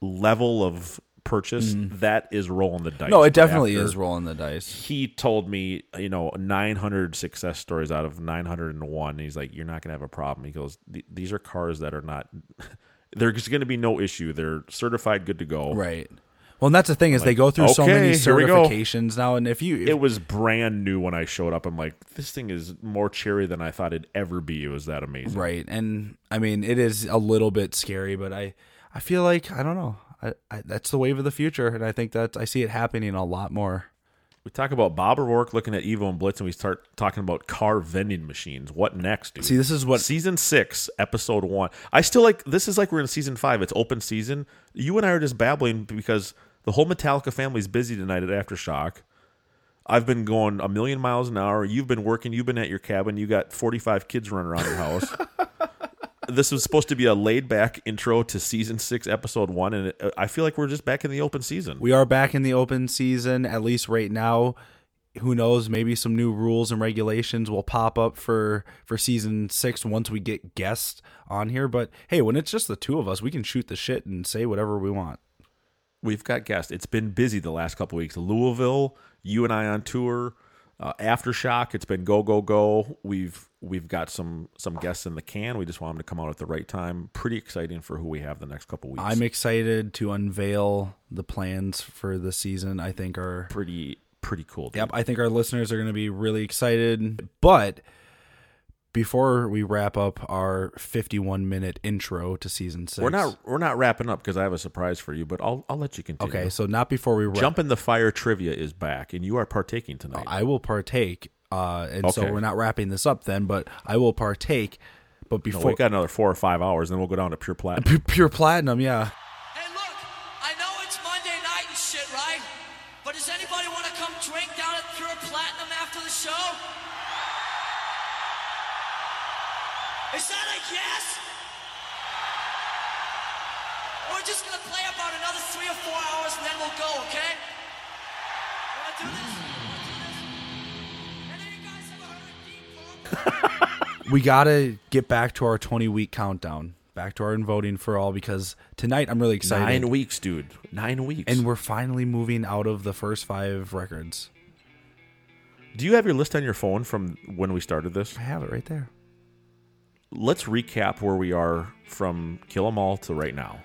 Speaker 10: level of purchase,
Speaker 1: Mm.
Speaker 10: that is rolling the dice.
Speaker 1: No, it definitely
Speaker 10: After-
Speaker 1: is rolling the dice.
Speaker 10: he told me, you know, 900 success stories out of 901. He's like, you're not going to have a problem. He goes, "The- these are cars that are not, there's going to be no issue. They're certified, good to go.
Speaker 1: Right. Well, and that's the thing is they go through so many
Speaker 10: here we go.
Speaker 1: certifications now, and if you if,
Speaker 10: It was brand new when I showed up. I'm like, this thing is more cherry than I thought it'd ever be. It was that amazing.
Speaker 1: right, and I mean it is a little bit scary, but I I feel like I don't know. I, I, that's the wave of the future, and I think that I see it happening a lot more.
Speaker 10: We talk about Bob O'Rourke looking at Evo and Blitz, and we start talking about car vending machines. What next, dude?
Speaker 1: See, this is what-
Speaker 10: season six, episode one. I still like this is like we're in season five. It's open season. You and I are just babbling because the whole Metallica family's busy tonight at AfterShock. I've been going a million miles an hour. You've been working. You've been at your cabin. You got forty five kids running around your house. this was supposed to be a laid back intro to season six, episode one, and it, I feel like we're just back in the open season.
Speaker 1: We are back in the open season, at least right now. Who knows? Maybe some new rules and regulations will pop up for for season six once we get guests on here. But hey, when it's just the two of us, we can shoot the shit and say whatever we want.
Speaker 10: we've got guests. It's been busy the last couple weeks. Louisville, you and I on tour. Uh, aftershock, it's been go go go. We've we've got some some guests in the can. We just want them to come out at the right time. Pretty exciting for who we have the next couple weeks.
Speaker 1: I'm excited to unveil the plans for the season. I think are
Speaker 10: pretty pretty cool. dude.
Speaker 1: Yep, I think our listeners are going to be really excited. But before we wrap up our 51 minute intro to season six,
Speaker 10: We're not we're not wrapping up because I have a surprise for you, but I'll I'll let you continue.
Speaker 1: okay. So not before we wrap,
Speaker 10: jump in the fire trivia is back, and you are partaking tonight.
Speaker 1: Oh, I will partake. Uh, and so
Speaker 10: Okay.
Speaker 1: we're not wrapping this up then, but I will partake.
Speaker 10: No,
Speaker 1: But before
Speaker 10: we got another four or five hours, then we'll go down to pure platinum.
Speaker 1: P- pure platinum, yeah.
Speaker 15: Hey, look, I know it's Monday night and shit, right? But does anybody want to come drink down at Pure Platinum after the show? Is that a yes? We're just gonna play about another three or four hours and then we'll go, okay? Wanna do this?
Speaker 1: we gotta get back to our 20 week countdown back to our voting for all because tonight i'm really excited
Speaker 10: Nine weeks, dude. Nine weeks.
Speaker 1: and we're finally moving out of the first five records
Speaker 10: Do you have your list on your phone from when we started this?
Speaker 1: i have it right there
Speaker 10: let's recap where we are from Kill 'Em All to right now.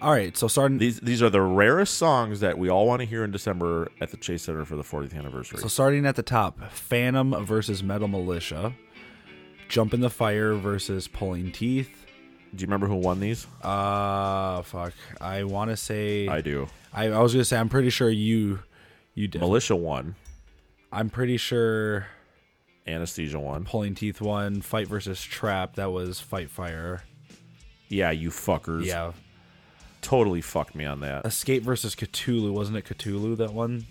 Speaker 1: all right so starting
Speaker 10: These these are the rarest songs that we all want to hear in December at the Chase Center for the 40th anniversary.
Speaker 1: so starting at the top phantom versus metal militia jump in the fire versus pulling teeth
Speaker 10: do you remember who won these?
Speaker 1: uh fuck i want to say
Speaker 10: I do.
Speaker 1: I, I was gonna say i'm pretty sure you you did
Speaker 10: Militia won,
Speaker 1: i'm pretty sure
Speaker 10: Anesthesia won.
Speaker 1: pulling teeth one fight versus trap that was fight fire
Speaker 10: Yeah, you fuckers.
Speaker 1: yeah
Speaker 10: Totally fucked me on that.
Speaker 1: Escape versus Cthulhu, wasn't it Cthulhu that one?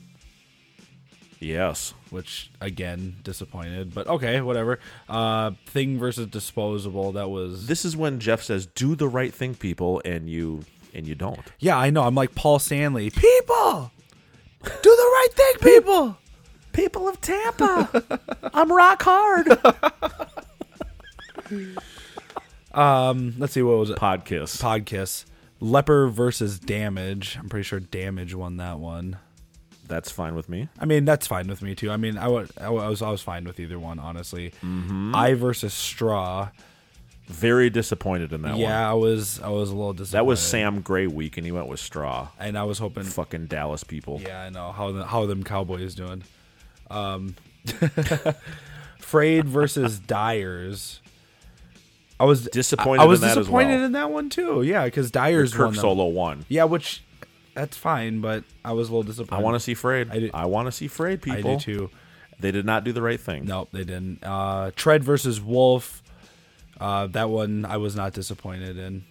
Speaker 10: Yes.
Speaker 1: Which again, disappointed, but okay, whatever. Uh Thing versus Disposable, that was
Speaker 10: This is when Jeff says, "Do the right thing, people," and you and you don't.
Speaker 1: Yeah, I know. I'm like Paul Stanley. People do the right thing, people.
Speaker 10: People of Tampa, I'm rock hard.
Speaker 1: Um, let's see what was it?
Speaker 10: Podkiss.
Speaker 1: Podkiss. Leper versus Damage. I'm pretty sure Damage won that one.
Speaker 10: That's fine with me.
Speaker 1: I mean, that's fine with me too. I mean, I wa- I wa- I was I was fine with either one, honestly.
Speaker 10: Mm-hmm.
Speaker 1: I versus Straw.
Speaker 10: Very disappointed in that one.
Speaker 1: yeah, I was I was a little disappointed.
Speaker 10: That was Sam Gray week, and he went with Straw.
Speaker 1: and I was hoping
Speaker 10: Fucking Dallas people.
Speaker 1: Yeah, I know how the, how them Cowboys doing. Um, Frayed versus Dyers. I was
Speaker 10: Disappointed
Speaker 1: I, I was
Speaker 10: in that as
Speaker 1: disappointed
Speaker 10: well.
Speaker 1: in that one too. Yeah, because Dyers
Speaker 10: Kirk
Speaker 1: won them.
Speaker 10: Solo won.
Speaker 1: Yeah, which that's fine, but I was a little disappointed.
Speaker 10: I want to see Frayed.
Speaker 1: I do-
Speaker 10: I, want to see Frayed
Speaker 1: I
Speaker 10: people.
Speaker 1: do too.
Speaker 10: They did not do the right thing.
Speaker 1: Nope, they didn't. Uh, Tread versus Wolf. Uh, that one I was not disappointed in.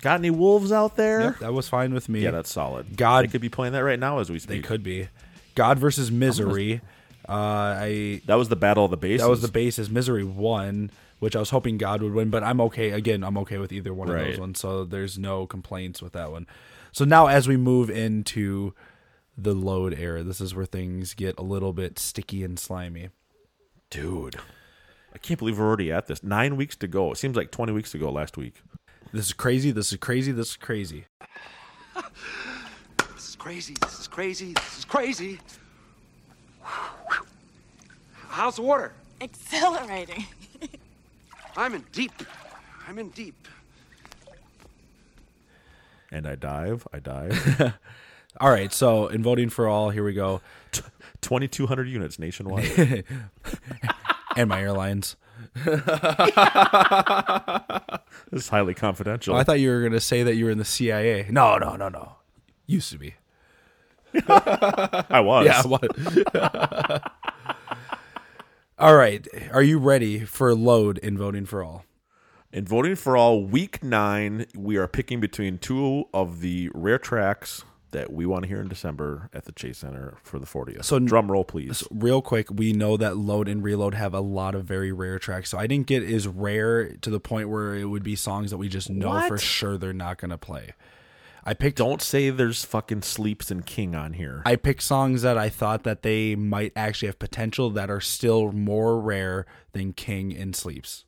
Speaker 10: Got any wolves out there?
Speaker 1: Yep, that was fine with me.
Speaker 10: Yeah, that's solid.
Speaker 1: God-
Speaker 10: they could be playing that right now as we
Speaker 1: they
Speaker 10: speak.
Speaker 1: could be. God versus Misery. Uh, I
Speaker 10: That was the battle of the bases.
Speaker 1: That was the basis. Misery won, which I was hoping God would win, but I'm okay. Again, I'm okay with either one of
Speaker 10: Right.
Speaker 1: those ones. So there's no complaints with that one. So now as we move into the load era, this is where things get a little bit sticky and slimy.
Speaker 10: Dude, I can't believe we're already at this. Nine weeks to go. It seems like 20 weeks ago last week.
Speaker 1: This is crazy. This is crazy. This is crazy.
Speaker 16: This is crazy. This is crazy. This is crazy. How's the water?
Speaker 17: Exhilarating.
Speaker 16: I'm in deep. I'm in deep.
Speaker 10: And I dive. I dive.
Speaker 1: all right. So in voting for all, here we go.
Speaker 10: 2,200 units nationwide.
Speaker 1: and my airlines.
Speaker 10: This is highly confidential.
Speaker 1: Oh, I thought you were going to say that you were in the CIA. No, no, no, no. Used to be.
Speaker 10: I was.
Speaker 1: Yeah, I was. all right. Are you ready for load in voting for all?
Speaker 10: In voting for all, week nine, we are picking between two of the rare tracks that we want to hear in December at the Chase Center for the 40th.
Speaker 1: So-
Speaker 10: drum roll, please.
Speaker 1: So real quick, we know that Load and Reload have a lot of very rare tracks. So I didn't get as rare to the point where it would be songs that we just know for
Speaker 10: What?
Speaker 1: sure they're not going to play. I picked
Speaker 10: Don't say there's fucking Sleeps and King on here.
Speaker 1: I picked songs that I thought that they might actually have potential that are still more rare than King and Sleeps.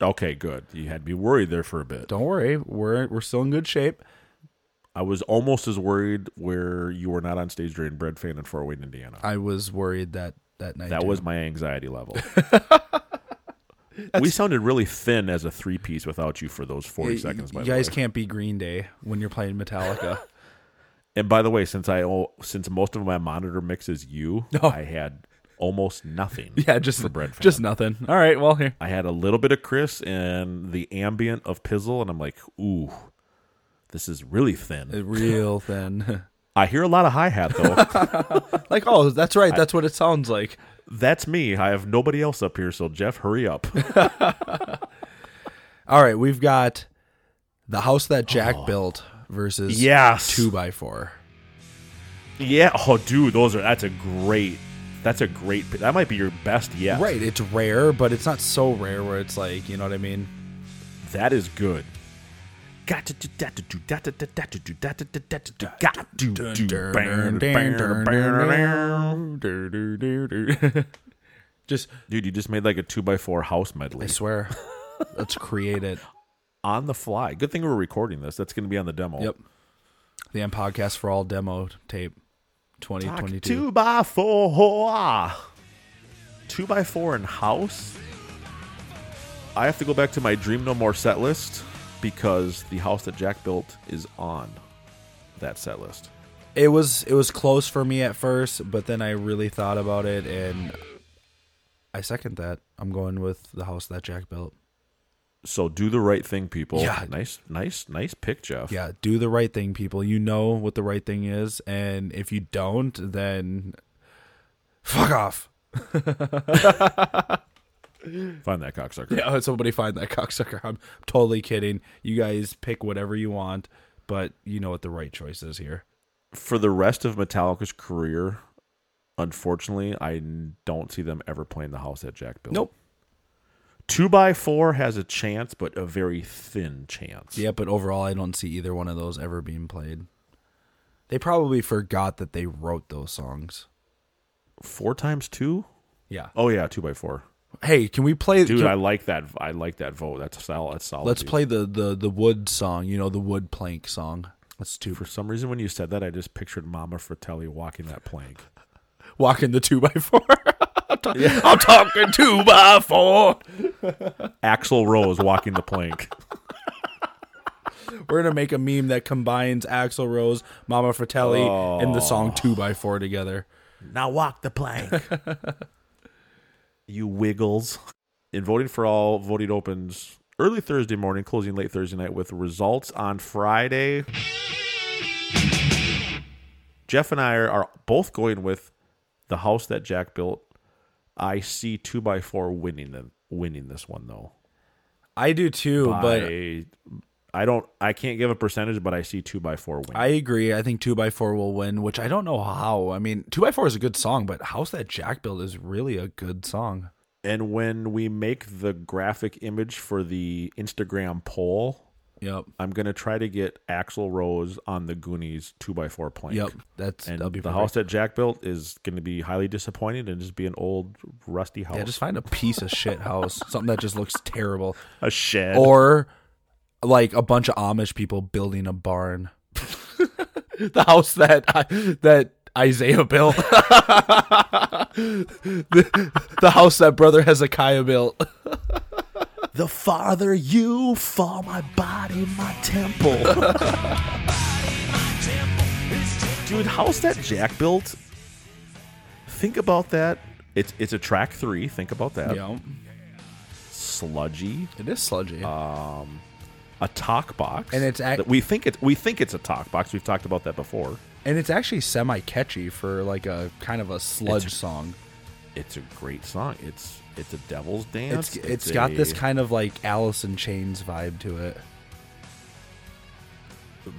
Speaker 10: okay, good. You had me worried there for a bit.
Speaker 1: Don't worry, we're we're still in good shape.
Speaker 10: I was almost as worried where you were not on stage during Bread Fan in Fort Wayne, Indiana.
Speaker 1: I was worried that that night.
Speaker 10: that
Speaker 1: too.
Speaker 10: was my anxiety level. we sounded really thin as a three piece without you for those 40
Speaker 1: You-
Speaker 10: seconds, by
Speaker 1: You
Speaker 10: the way.
Speaker 1: guys can't be Green Day when you're playing Metallica.
Speaker 10: And by the way, since I o- since most of my monitor mix is you, I had almost nothing.
Speaker 1: Oh. yeah, just
Speaker 10: for bread. Fan.
Speaker 1: just nothing. All right, well here.
Speaker 10: I had a little bit of Chris and the ambient of Pizzle, and I'm like, ooh, this is really thin.
Speaker 1: Uh, Real thin.
Speaker 10: I hear a lot of hi hat though.
Speaker 1: like, oh, that's right. That's what it sounds like.
Speaker 10: That's me. I have nobody else up here, so Jeff, hurry up.
Speaker 1: All right, we've got the house that Jack built versus
Speaker 10: Yes.
Speaker 1: two by four.
Speaker 10: yeah. Oh, dude, those are. That's a great. That's a great. That might be your best yet.
Speaker 1: Right, it's rare, but it's not so rare where it's like, you know what I mean?
Speaker 10: That is good. Got to do that to do that to do that to do that to do that to do got to do bang, bang, bang, bang, bang.
Speaker 1: Just
Speaker 10: dude, you just made like a two by four house medley
Speaker 1: I swear. Let's create it.
Speaker 10: on the fly. Good thing we're recording this. That's going to be on the demo.
Speaker 1: Yep. The M podcast for all demo tape
Speaker 10: Doc,
Speaker 1: 2022.
Speaker 10: Two by four. Two by four in house. I have to go back to my Dream No More set list because the house that Jack built is on that set list.
Speaker 1: It was it was close for me at first, but then I really thought about it and I second that. I'm going with the house that Jack built.
Speaker 10: So do the right thing, people.
Speaker 1: Yeah.
Speaker 10: Nice, nice, nice pick, Jeff.
Speaker 1: Yeah, do the right thing, people. You know what the right thing is, and if you don't, then fuck off.
Speaker 10: Find that cocksucker.
Speaker 1: Yeah, somebody find that cocksucker. I'm totally kidding. You guys pick whatever you want, but you know what the right choice is here.
Speaker 10: For the rest of Metallica's career, unfortunately, I n- don't see them ever playing the house that Jack built.
Speaker 1: Nope.
Speaker 10: Two by four has a chance, but a very thin chance.
Speaker 1: Yeah, but overall, I don't see either one of those ever being played. They probably forgot that they wrote those songs.
Speaker 10: Four times two?
Speaker 1: Yeah.
Speaker 10: Oh yeah, two by four.
Speaker 1: Hey, can we play?
Speaker 10: Dude,
Speaker 1: can-
Speaker 10: I like that. I like that vote. That's solid. That's solid.
Speaker 1: let's
Speaker 10: dude.
Speaker 1: play the the the wood song. You know, the wood plank song. Let's do
Speaker 10: For some reason, when you said that, I just pictured Mama Fratelli walking that plank.
Speaker 1: walking the two by four. I'm, ta- I'm talking two by four.
Speaker 10: Axel Rose walking the plank.
Speaker 1: We're gonna make a meme that combines Axl Rose, Mama Fratelli, and the song two by four together.
Speaker 10: Now walk the plank. you wiggles. In voting for all, voting opens early Thursday morning, closing late Thursday night with results on Friday. Jeff and I are both going with the house that Jack built. I see two by four winning them, winning this one though.
Speaker 1: I do too, but
Speaker 10: By- I don't. I can't give a percentage, but I see two by four winning.
Speaker 1: I agree. I think two by four will win, which I don't know how. I mean, two by four is a good song, but House That Jack Built is really a good song.
Speaker 10: And when we make the graphic image for the Instagram poll,
Speaker 1: yep,
Speaker 10: I'm gonna try to get Axl Rose on the Goonies two by four plank.
Speaker 1: Yep, that's-
Speaker 10: and
Speaker 1: that'll be
Speaker 10: the
Speaker 1: perfect.
Speaker 10: house that Jack built is gonna be highly disappointed and just be an old rusty house.
Speaker 1: Yeah, just find a piece of shit house, something that just looks terrible,
Speaker 10: a shed,
Speaker 1: or like a bunch of Amish people building a barn. the house that I, that Isaiah built, the, the house that brother Hezekiah built.
Speaker 10: the Father, you fall my body, my temple. Dude, house that Jack built. Think about that. It's it's a track three. Think about that.
Speaker 1: Yeah.
Speaker 10: Sludgy.
Speaker 1: It is sludgy.
Speaker 10: Um, a talk box,
Speaker 1: And it's ac-
Speaker 10: that we think it's we think it's a talk box. We've talked about that before.
Speaker 1: and it's actually semi catchy for like a kind of a sludge song.
Speaker 10: It's a great song. It's it's a devil's dance.
Speaker 1: It's it's got this
Speaker 10: a-
Speaker 1: kind of like Alice in Chains vibe to it.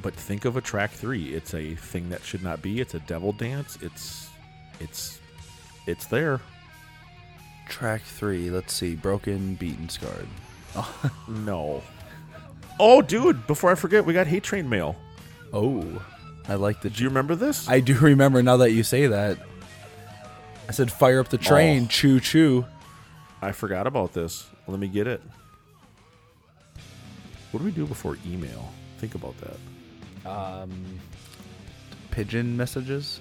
Speaker 10: but think of a track three. It's a thing that should not be. It's a devil dance. It's it's it's there.
Speaker 1: Track three, let's see, broken, beaten, scarred.
Speaker 10: no. Oh, dude! Before I forget, we got hate train mail.
Speaker 1: Oh, I like the.
Speaker 10: Do you remember this?
Speaker 1: I do remember now that you say that. I said, "Fire up the train,
Speaker 10: Oh.
Speaker 1: choo choo."
Speaker 10: I forgot about this. Let me get it. What do we do before email? Think about that.
Speaker 1: Um, pigeon messages.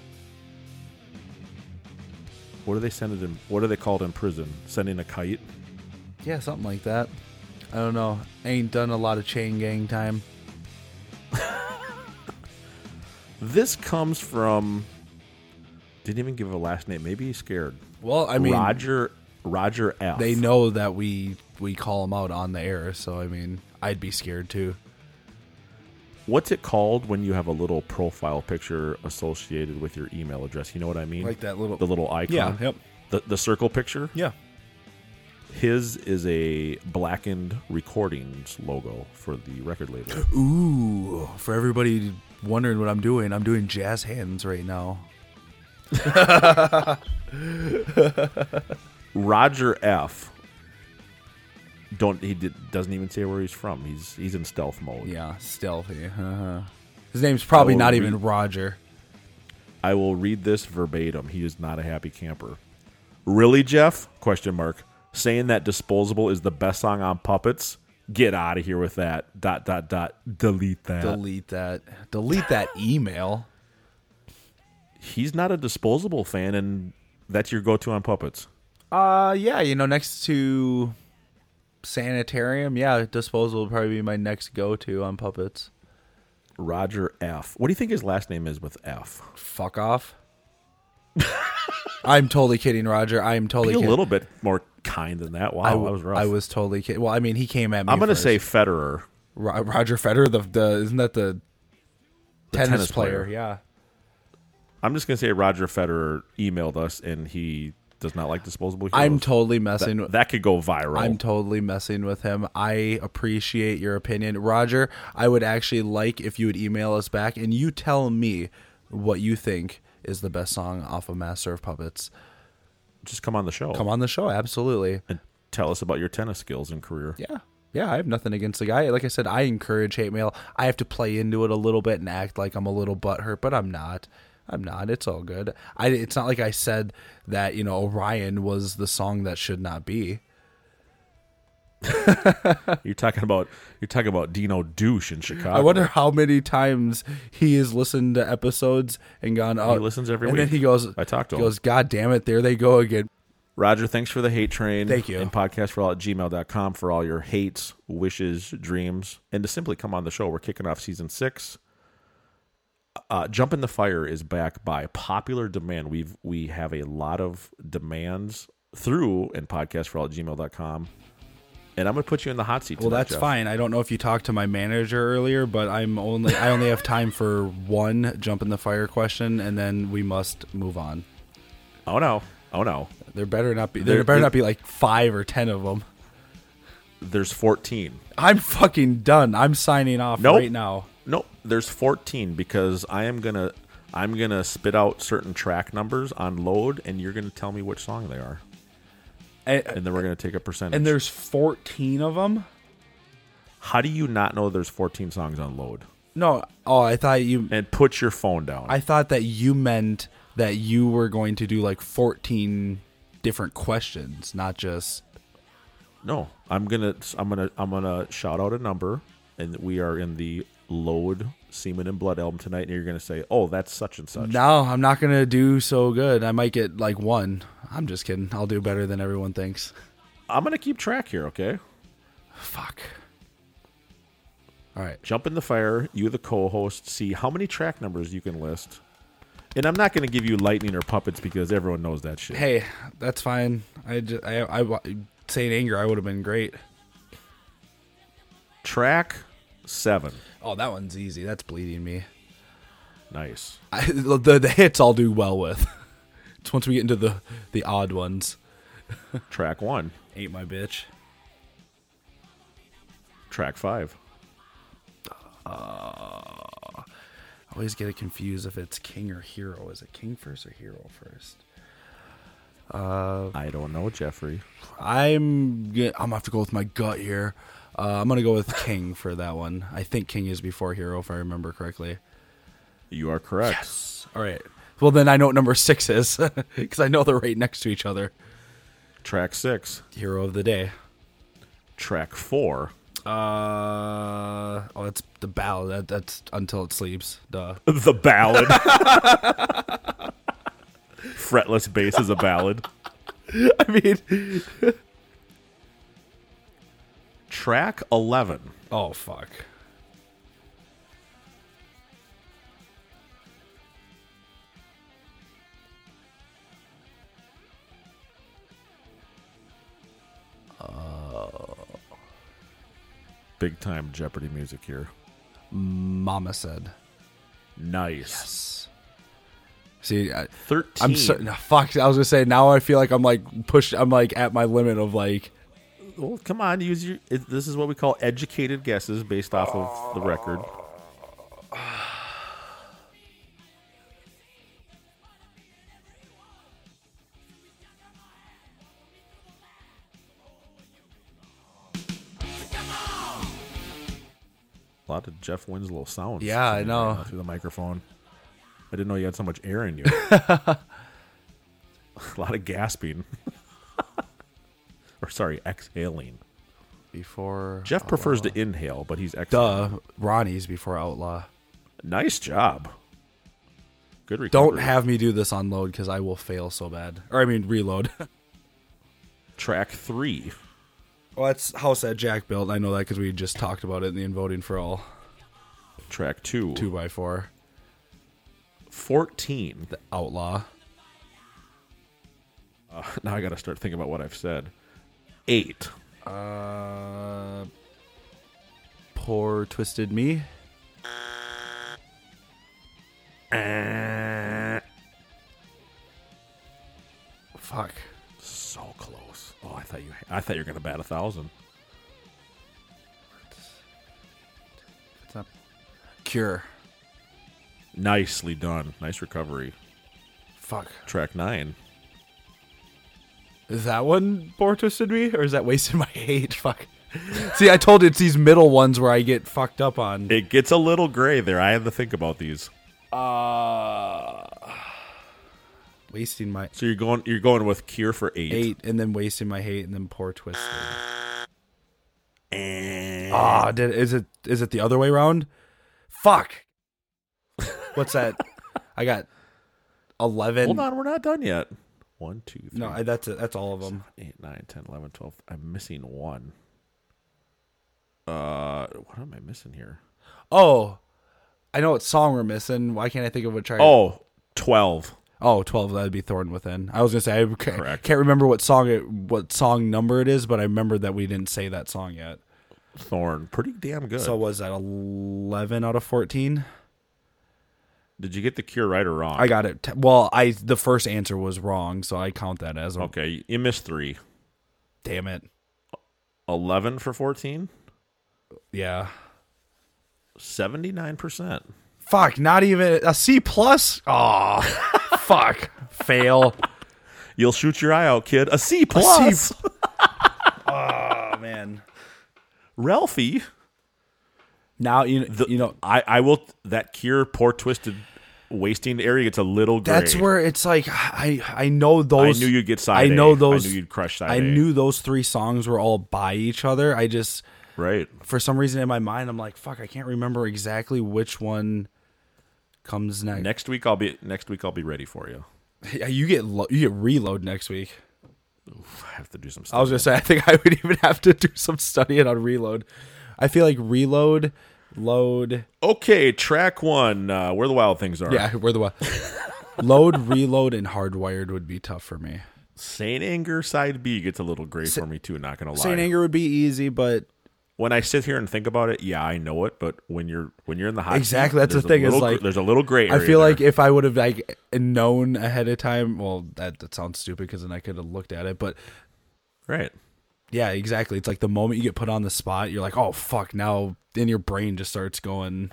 Speaker 10: What do they send it in? What are they called in prison? Sending a kite?
Speaker 1: Yeah, something like that. I don't know. ain't done a lot of chain gang time.
Speaker 10: This comes from. Didn't even give a last name. Maybe he's scared.
Speaker 1: Well, I mean-
Speaker 10: Roger. Roger F.
Speaker 1: They know that we we call them out on the air, so I mean, I'd be scared too.
Speaker 10: What's it called when you have a little profile picture associated with your email address? You know what I mean?
Speaker 1: Like that little-
Speaker 10: the little icon.
Speaker 1: Yeah, yep.
Speaker 10: The the circle picture.
Speaker 1: Yeah.
Speaker 10: His is a blackened recordings logo for the record label.
Speaker 1: Ooh, for everybody wondering what I'm doing, I'm doing jazz hands right now.
Speaker 10: Roger F. Don't he did, doesn't even say where he's from. He's he's in stealth mode.
Speaker 1: Yeah, stealthy. Uh-huh. His name's probably
Speaker 10: Oh,
Speaker 1: not
Speaker 10: we-
Speaker 1: even Roger.
Speaker 10: I will read this verbatim. He is not a happy camper. Really, Jeff? Question mark. Saying that disposable is the best song on puppets? Get out of here with that. Dot dot dot. Delete that.
Speaker 1: Delete that. Delete that email.
Speaker 10: He's not a disposable fan, and that's your go-to on puppets.
Speaker 1: Uh yeah, you know, next to sanitarium, yeah, disposal would probably be my next go to on puppets.
Speaker 10: Roger F. What do you think his last name is with F?
Speaker 1: Fuck off. I'm totally kidding, Roger. I'm totally
Speaker 10: Be a
Speaker 1: kidding.
Speaker 10: little bit more kind than that. Wow,
Speaker 1: I,
Speaker 10: that was rough.
Speaker 1: I was totally kidding. Well, I mean, he came at me.
Speaker 10: I'm gonna
Speaker 1: first.
Speaker 10: say Federer.
Speaker 1: Ro- Roger Federer. The, the isn't that the,
Speaker 10: The
Speaker 1: tennis,
Speaker 10: tennis
Speaker 1: player?
Speaker 10: player.
Speaker 1: Yeah.
Speaker 10: I'm just gonna say Roger Federer emailed us, and he does not like disposable. Heroes.
Speaker 1: I'm totally
Speaker 10: That-
Speaker 1: messing
Speaker 10: That,
Speaker 1: with-
Speaker 10: could go viral.
Speaker 1: I'm totally messing with him. I appreciate your opinion, Roger. I would actually like if you would email us back and you tell me what you think is the best song off of Master of Puppets.
Speaker 10: just come on the show.
Speaker 1: Come on the show, absolutely.
Speaker 10: and tell us about your tennis skills and career.
Speaker 1: Yeah. Yeah, I have nothing against the guy. Like I said, I encourage hate mail. I have to play into it a little bit and act like I'm a little butthurt, but I'm not. I'm not. It's all good. I, it's not like I said that, you know, Orion was the song that should not be.
Speaker 10: You're talking about you're talking about Dino Douche in Chicago.
Speaker 1: I wonder how many times he has listened to episodes and gone out.
Speaker 10: listens every
Speaker 1: and
Speaker 10: week.
Speaker 1: then he goes,
Speaker 10: I talked to
Speaker 1: he
Speaker 10: him.
Speaker 1: goes, God damn it, there they go again.
Speaker 10: Roger, thanks for the hate train.
Speaker 1: Thank you.
Speaker 10: And podcast for all at gmail.com for all your hates, wishes, dreams, and to simply come on the show. We're kicking off season six. Uh, Jump in the Fire is back by popular demand. We've we have a lot of demands through and podcast for all at gmail.com. And I'm gonna put you in the hot seat.
Speaker 1: Well,
Speaker 10: tonight,
Speaker 1: that's
Speaker 10: Jeff.
Speaker 1: fine. I don't know if you talked to my manager earlier, but I'm only I only have time for one jump in the fire question, and then we must move on.
Speaker 10: Oh no. Oh no.
Speaker 1: There better not be there,
Speaker 10: There-
Speaker 1: better
Speaker 10: there-
Speaker 1: not be like five or ten of them.
Speaker 10: There's fourteen.
Speaker 1: I'm fucking done. I'm signing off
Speaker 10: Nope.
Speaker 1: right now.
Speaker 10: Nope. There's 14 because I am gonna I'm gonna spit out certain track numbers on load, and you're gonna tell me which song they are.
Speaker 1: and,
Speaker 10: then we're gonna take a percentage.
Speaker 1: and there's 14 of them.
Speaker 10: How do you not know there's 14 songs on load?
Speaker 1: No, oh, I thought you.
Speaker 10: And put your phone down.
Speaker 1: I thought that you meant that you were going to do like 14 different questions, not just.
Speaker 10: No, I'm gonna I'm gonna I'm gonna shout out a number, and we are in the load semen and blood album tonight, and you're gonna say, "Oh, that's such and such."
Speaker 1: No, I'm not gonna do so good. I might get like one. I'm just kidding. I'll do better than everyone thinks.
Speaker 10: I'm gonna keep track here, okay?
Speaker 1: Fuck. All right.
Speaker 10: Jump in the fire. You, the co-host, see how many track numbers you can list. And I'm not gonna give you lightning or puppets because everyone knows that shit.
Speaker 1: Hey, that's fine. I just I I, I say in anger, I would have been great.
Speaker 10: Track seven.
Speaker 1: Oh, that one's easy. That's bleeding me.
Speaker 10: Nice.
Speaker 1: I, the the hits I'll do well with. It's once we get into the the odd ones.
Speaker 10: Track one.
Speaker 1: Ain't my bitch.
Speaker 10: Track five.
Speaker 1: I always get it confused if it's king or hero. Is it king first or hero first? Uh,
Speaker 10: I don't know, Jeffrey.
Speaker 1: I'm g- I'm gonna have to go with my gut here. Uh, I'm gonna go with king for that one. I think king is before hero, if I remember correctly.
Speaker 10: You are correct.
Speaker 1: All right. Well, then I know what number six is because I know they're right next to each other.
Speaker 10: Track six.
Speaker 1: Hero of the day.
Speaker 10: Track four.
Speaker 1: Uh oh, that's the ballad. That, that's until it sleeps. Duh.
Speaker 10: The ballad. Fretless bass is a ballad.
Speaker 1: I mean,
Speaker 10: Track 11.
Speaker 1: oh fuck.
Speaker 10: Big time Jeopardy music here.
Speaker 1: Mama said.
Speaker 10: Nice.
Speaker 1: See, I,
Speaker 10: 13.
Speaker 1: I'm certain. Fuck, I was gonna say. Now I feel like I'm like pushed. I'm like at my limit of
Speaker 10: Well,
Speaker 1: like.
Speaker 10: Oh, come on, use your. It, this is what we call educated guesses based off of the record. A lot of Jeff Winslow sounds.
Speaker 1: Yeah, I
Speaker 10: coming
Speaker 1: know.
Speaker 10: right now Through the microphone. I didn't know you had so much air in you. A lot of gasping. or sorry, exhaling.
Speaker 1: Before uh,
Speaker 10: Jeff prefers to inhale, but he's exhaling.
Speaker 1: Oh, Duh, Ronnie's before Outlaw.
Speaker 10: Nice job. Good recovery.
Speaker 1: Don't have me do this on load because I will fail so bad. Or I mean, reload.
Speaker 10: track three.
Speaker 1: well, that's house that Jack built. I know that because we just talked about it in the invoting for all
Speaker 10: Track two.
Speaker 1: two by four.
Speaker 10: 14.
Speaker 1: The Outlaw.
Speaker 10: Uh, now I got to start thinking about what I've said. Eight.
Speaker 1: Uh, poor twisted me. Ah. Fuck.
Speaker 10: So close. Oh, I thought you. I thought you were gonna bat a thousand.
Speaker 1: It's not cure.
Speaker 10: Nicely done. Nice recovery.
Speaker 1: Fuck.
Speaker 10: Track nine.
Speaker 1: Is that one poor twisted me, or is that wasting my hate? Fuck. See, I told you it's these middle ones where I get fucked up on.
Speaker 10: It gets a little gray there. I had to think about these.
Speaker 1: Uh, wasting my
Speaker 10: So you're going. You're going with cure for eight.
Speaker 1: eight, and then wasting my hate, and then poor twisted. Ah, did is it is it the other way around? Fuck. What's that? I got eleven.
Speaker 10: Hold on, we're not done yet. One, two, three,
Speaker 1: No, I, that's it. That's all of them.
Speaker 10: eight, nine, ten, eleven, twelve. I'm missing one. Uh, what am I missing here?
Speaker 1: Oh, I know what song we're missing. Why can't I think of what track?
Speaker 10: Oh, 12.
Speaker 1: Oh, 12, that'd be Thorn Within. I was going to say, I ca-
Speaker 10: Correct.
Speaker 1: can't remember what song it, what song number it is, but I remember that we didn't say that song yet.
Speaker 10: Thorn. Pretty damn good.
Speaker 1: So was that 11 out of 14?
Speaker 10: Did you get the cure right or wrong?
Speaker 1: I got it. T- Well, I the first answer was wrong, so I count that as a
Speaker 10: Okay, you missed three.
Speaker 1: damn it.
Speaker 10: 11 for 14?
Speaker 1: Yeah.
Speaker 10: 79%.
Speaker 1: Fuck, not even a C plus. Oh, fuck. Fail.
Speaker 10: You'll shoot your eye out, kid. A C plus.
Speaker 1: oh man,
Speaker 10: Ralphie.
Speaker 1: Now you know, you know
Speaker 10: I, I will that cure poor twisted wasting area gets a little gray.
Speaker 1: That's where it's like I I know those.
Speaker 10: I knew you'd get side
Speaker 1: I know
Speaker 10: A. I
Speaker 1: those.
Speaker 10: knew you'd crush side
Speaker 1: I
Speaker 10: A.
Speaker 1: knew those three songs were all by each other. I just
Speaker 10: right
Speaker 1: for some reason in my mind I'm like fuck. I can't remember exactly which one comes next.
Speaker 10: next week I'll be next week I'll be ready for you.
Speaker 1: Yeah, you get lo- you get reload next week.
Speaker 10: Oof, I have to do some stuff.
Speaker 1: I was gonna say I think I would even have to do some studying on reload. I feel like reload, load.
Speaker 10: okay, track one, uh, where the wild things are.
Speaker 1: Yeah, we're the one. load, reload, and hardwired would be tough for me.
Speaker 10: Saint Anger side B gets a little gray for me too. Not gonna lie.
Speaker 1: Saint Anger would be easy, but
Speaker 10: when I sit here and think about it, yeah, I know it. But when you're when you're in the hot seat,
Speaker 1: exactly that's the
Speaker 10: there's a
Speaker 1: thing. Is
Speaker 10: little gr-
Speaker 1: like
Speaker 10: there's a little gray.
Speaker 1: I
Speaker 10: area
Speaker 1: feel
Speaker 10: there.
Speaker 1: like if I would have like known ahead of time, well, that that sounds stupid because then I could have looked at it. But
Speaker 10: right.
Speaker 1: yeah, exactly. It's like the moment you get put on the spot, you're like, oh fuck, now then your brain just starts going.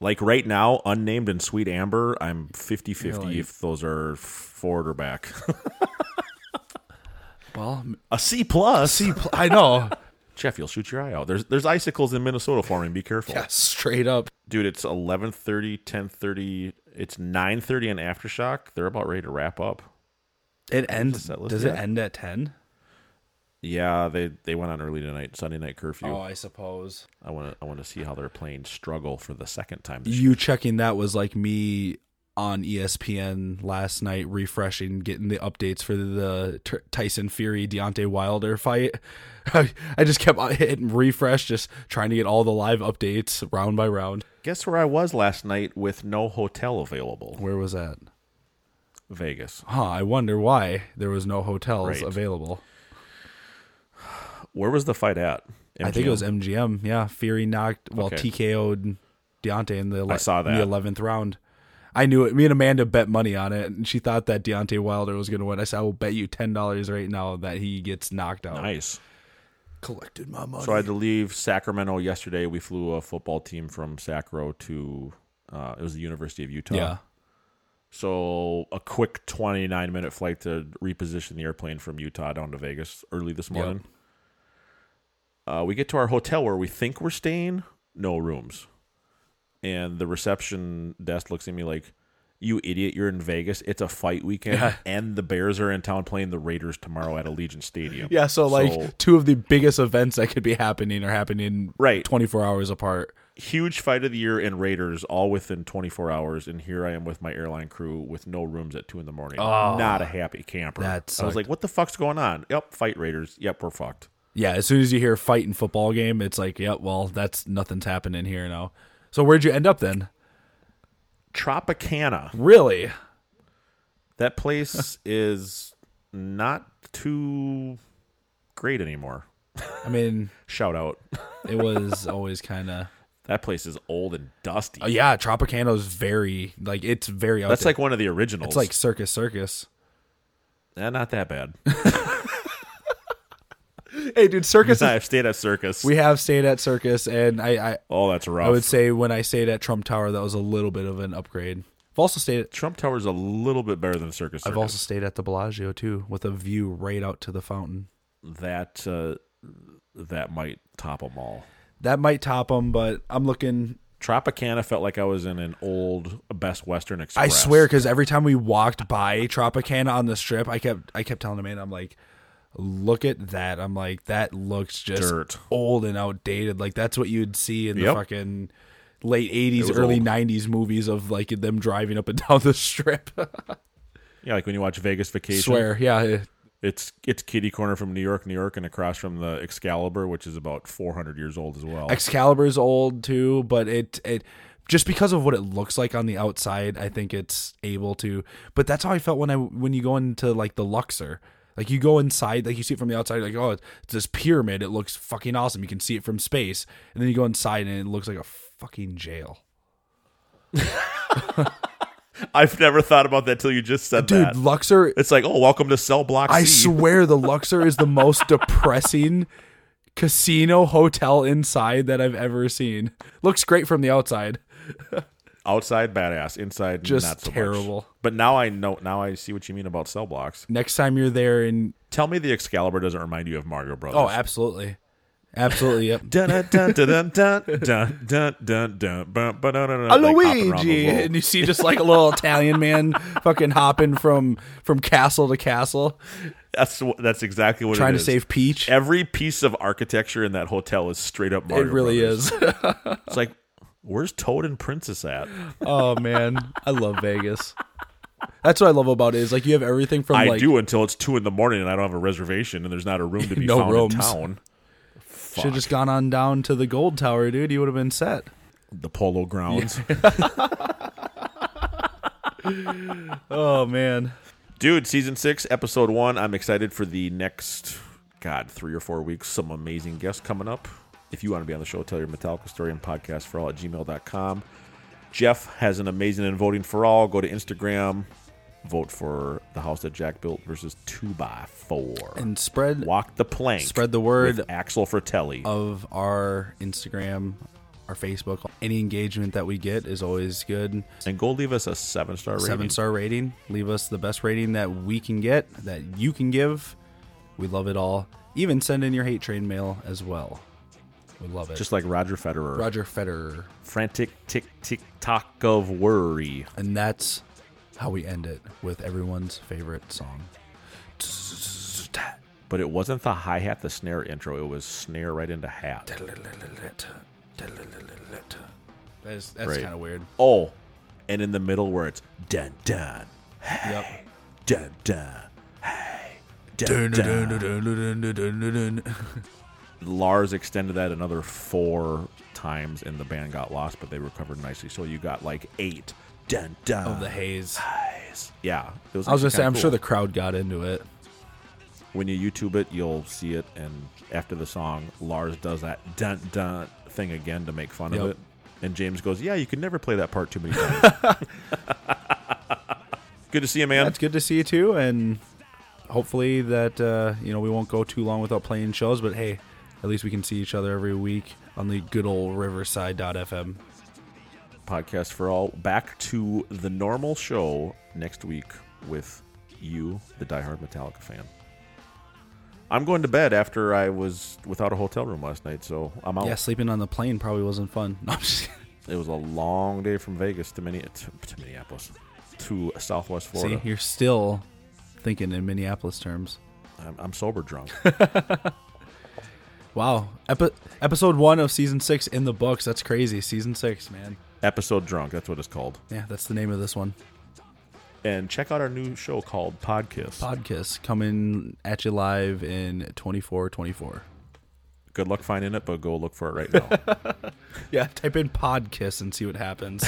Speaker 10: Like right now, unnamed and sweet amber, I'm 50 50
Speaker 1: You're like-
Speaker 10: if those are forward or back.
Speaker 1: Well,
Speaker 10: a C plus.
Speaker 1: C pl- I know.
Speaker 10: Jeff, you'll shoot your eye out. There's there's icicles in Minnesota forming. Be careful.
Speaker 1: yeah, straight up.
Speaker 10: Dude, it's 11:30, 10:30, it's 9:30 in aftershock. They're about ready to wrap up.
Speaker 1: It ends.
Speaker 10: that list
Speaker 1: Does it
Speaker 10: yet?
Speaker 1: end at ten?
Speaker 10: Yeah, they they went on early tonight, Sunday night curfew.
Speaker 1: Oh, I suppose.
Speaker 10: I want to I want to see how they're playing struggle for the second time. This
Speaker 1: You checking that was like me on E ESPN last night, refreshing, getting the updates for the T- Tyson Fury Deontay Wilder fight. I just kept on hitting refresh, just trying to get all the live updates round by round.
Speaker 10: Guess where I was last night with no hotel available?
Speaker 1: Where was that?
Speaker 10: Vegas.
Speaker 1: Huh, I wonder why there was no hotels
Speaker 10: Right.
Speaker 1: available.
Speaker 10: Where was the fight at?
Speaker 1: I think
Speaker 10: MGM?
Speaker 1: it was MGM. Yeah, Fury knocked, well,
Speaker 10: Okay.
Speaker 1: TKO'd Deontay in the, ele-
Speaker 10: I saw
Speaker 1: in the
Speaker 10: that.
Speaker 1: 11th round. I knew it. Me and Amanda bet money on it, and she thought that Deontay Wilder was going to win. I said, I will bet you $10 right now that he gets knocked out.
Speaker 10: nice.
Speaker 1: Collected my money.
Speaker 10: So I uh, had to leave Sacramento yesterday. We flew a football team from Sacro to uh, it was the University of Utah.
Speaker 1: Yeah.
Speaker 10: So a quick twenty nine minute flight to reposition the airplane from Utah down to Vegas early this
Speaker 1: Yep.
Speaker 10: morning. Uh, we get to our hotel where we think we're staying. No rooms, and the reception desk looks at me like, "You idiot! You're in Vegas. It's a fight weekend,
Speaker 1: Yeah.
Speaker 10: and the Bears are in town playing the Raiders tomorrow at Allegiant Stadium."
Speaker 1: yeah, so like
Speaker 10: So-
Speaker 1: two of the biggest events that could be happening are happening
Speaker 10: Right.
Speaker 1: 24 hours apart.
Speaker 10: huge fight of the year in Raiders, all within 24 hours, and here I am with my airline crew with no rooms at two in the morning.
Speaker 1: Oh.
Speaker 10: Not a happy camper.
Speaker 1: That
Speaker 10: I
Speaker 1: sucked.
Speaker 10: was like, "What the fuck's going on?" Yep, fight Raiders. Yep, we're fucked.
Speaker 1: Yeah, as soon as you hear fight and football game, it's like, yeah, well, that's nothing's happening here now. So where'd you end up then?
Speaker 10: Tropicana.
Speaker 1: Really?
Speaker 10: That place is not too great anymore.
Speaker 1: I mean,
Speaker 10: Shout out.
Speaker 1: it was always kind of.
Speaker 10: That place is old and dusty.
Speaker 1: Oh yeah, Tropicana is very like it's very. Out
Speaker 10: That's
Speaker 1: there.
Speaker 10: like one of the originals.
Speaker 1: it's like Circus Circus.
Speaker 10: Eh, not that bad.
Speaker 1: Hey, dude, Circus. is-
Speaker 10: I've stayed at Circus.
Speaker 1: we have stayed at Circus, and I I,
Speaker 10: oh, that's rough.
Speaker 1: I would say when I stayed at Trump Tower, that was a little bit of an upgrade. I've also stayed at
Speaker 10: Trump Tower's a little bit better than Circus.
Speaker 1: I've
Speaker 10: Circus.
Speaker 1: also stayed at the Bellagio too, with a view right out to the fountain.
Speaker 10: that uh, that might top them all.
Speaker 1: That might top them, but I'm looking.
Speaker 10: Tropicana felt like I was in an old Best Western Express.
Speaker 1: I swear, because every time we walked by Tropicana on the strip, I kept I kept telling Amanda, I'm like, look at that. I'm like, that looks just
Speaker 10: Dirt.
Speaker 1: old and outdated. Like that's what you'd see in the
Speaker 10: Yep.
Speaker 1: fucking late
Speaker 10: It
Speaker 1: '80s,
Speaker 10: was
Speaker 1: early
Speaker 10: old.
Speaker 1: '90s movies of like them driving up and down the strip.
Speaker 10: yeah, like when you watch Vegas Vacation.
Speaker 1: Swear, yeah.
Speaker 10: it's it's kitty corner from New York, New York, and across from the Excalibur, which is about 400 years old as well.
Speaker 1: Excalibur's old too, but it it just because of what it looks like on the outside, I think it's able to. But that's how I felt when I when you go into like the Luxor. Like you go inside, like you see it from the outside, like oh, it's this pyramid. It looks fucking awesome. You can see it from space, and then you go inside, and it looks like a fucking jail.
Speaker 10: I've never thought about that till you just said
Speaker 1: Dude,
Speaker 10: that.
Speaker 1: Luxor.
Speaker 10: it's like, oh, welcome to Cell Block
Speaker 1: I
Speaker 10: C.
Speaker 1: swear, the Luxor is the most depressing casino hotel inside that I've ever seen. Looks great from the outside.
Speaker 10: Outside badass, inside
Speaker 1: Just
Speaker 10: not so much.
Speaker 1: terrible.
Speaker 10: But now I know. Now I see what you mean about cell blocks.
Speaker 1: Next time you're there and
Speaker 10: tell me the Excalibur doesn't remind you of Mario Brothers.
Speaker 1: Oh, absolutely. Absolutely, yep.
Speaker 10: dun dun dun dun dun dun dun dun dun bum, ba, dun dun dun. like hopping around the
Speaker 1: Luigi,
Speaker 10: world.
Speaker 1: and you see just like a little Italian man fucking hopping from from castle to castle.
Speaker 10: That's wh- that's exactly what
Speaker 1: Trying
Speaker 10: it
Speaker 1: to
Speaker 10: is.
Speaker 1: save Peach.
Speaker 10: Every piece of architecture in that hotel is straight up Mario.
Speaker 1: it really
Speaker 10: Brothers.
Speaker 1: is.
Speaker 10: it's like, where's Toad and Princess at?
Speaker 1: oh man, I love Vegas. That's what I love about it is like you have everything from
Speaker 10: I
Speaker 1: like
Speaker 10: do until it's two in the morning and I don't have a reservation and there's not a room to be
Speaker 1: No
Speaker 10: found
Speaker 1: rooms.
Speaker 10: in town.
Speaker 1: should have just gone on down to the gold tower, dude. You would have been set.
Speaker 10: The polo grounds.
Speaker 1: oh man.
Speaker 10: Dude, season six, episode one. I'm excited for the next, God, three or four weeks. Some amazing guests coming up. If you want to be on the show, tell your Metallica story and podcast for all at gmail.com. Jeff has an amazing in voting for all. Go to Instagram, vote for the house that Jack built versus two by four.
Speaker 1: And spread
Speaker 10: Walk the plank.
Speaker 1: Spread the word.
Speaker 10: with Axel Fratelli.
Speaker 1: of our Instagram, our Facebook, any engagement that we get is always good.
Speaker 10: And go leave us a seven star rating.
Speaker 1: Seven star rating. Leave us the best rating that we can get, that you can give. We love it all. Even send in your hate train mail as well. We love it.
Speaker 10: Just like Roger Federer.
Speaker 1: Roger Federer.
Speaker 10: Frantic tick tick tock of worry.
Speaker 1: And that's how we end it with everyone's favorite song.
Speaker 10: But it wasn't the hi hat, the snare intro. It was snare right into hat.
Speaker 1: That is, that's
Speaker 10: Right.
Speaker 1: kind of weird.
Speaker 10: Oh, and in the middle where it's dun dun
Speaker 1: Yep.
Speaker 10: dun dun. hey, Dun,
Speaker 1: Dun, dun,
Speaker 10: dun.
Speaker 1: dun, dun, dun, dun, dun, dun.
Speaker 10: Lars extended that another four times, and the band got lost, but they recovered nicely. So you got like eight. Dun dun.
Speaker 1: Of the haze.
Speaker 10: Yeah, it
Speaker 1: I
Speaker 10: actually
Speaker 1: was gonna say,
Speaker 10: kinda
Speaker 1: I'm sure
Speaker 10: cool.
Speaker 1: the crowd got into it.
Speaker 10: when you YouTube it, you'll see it. And after the song, Lars does that dun dun thing again to make fun of
Speaker 1: Yep.
Speaker 10: it. And James goes, "Yeah, you can never play that part too many times." good to see you, man.
Speaker 1: That's good to see you too, and hopefully that uh, you know we won't go too long without playing shows. But hey, at least we can see each other every week on the good old Riverside.fm.
Speaker 10: Podcast for all. Back to the normal show next week with you, the diehard Metallica fan. I'm going to bed after I was without a hotel room last night, so I'm out.
Speaker 1: Yeah, sleeping on the plane probably wasn't fun. No, I'm just kidding.
Speaker 10: It was a long day from Vegas to, Minne- to, to Minneapolis, to Southwest Florida.
Speaker 1: See, you're still thinking in Minneapolis terms.
Speaker 10: I'm, I'm sober drunk.
Speaker 1: Wow, Epi- episode one of season six in the books. That's crazy. Season six, man.
Speaker 10: Episode drunk. That's what it's called.
Speaker 1: Yeah, that's the name of this one.
Speaker 10: And check out our new show called Podkiss.
Speaker 1: Podkiss coming at you live in 24 24.
Speaker 10: Good luck finding it, but go look for it right now.
Speaker 1: Yeah, type in Podkiss and see what happens.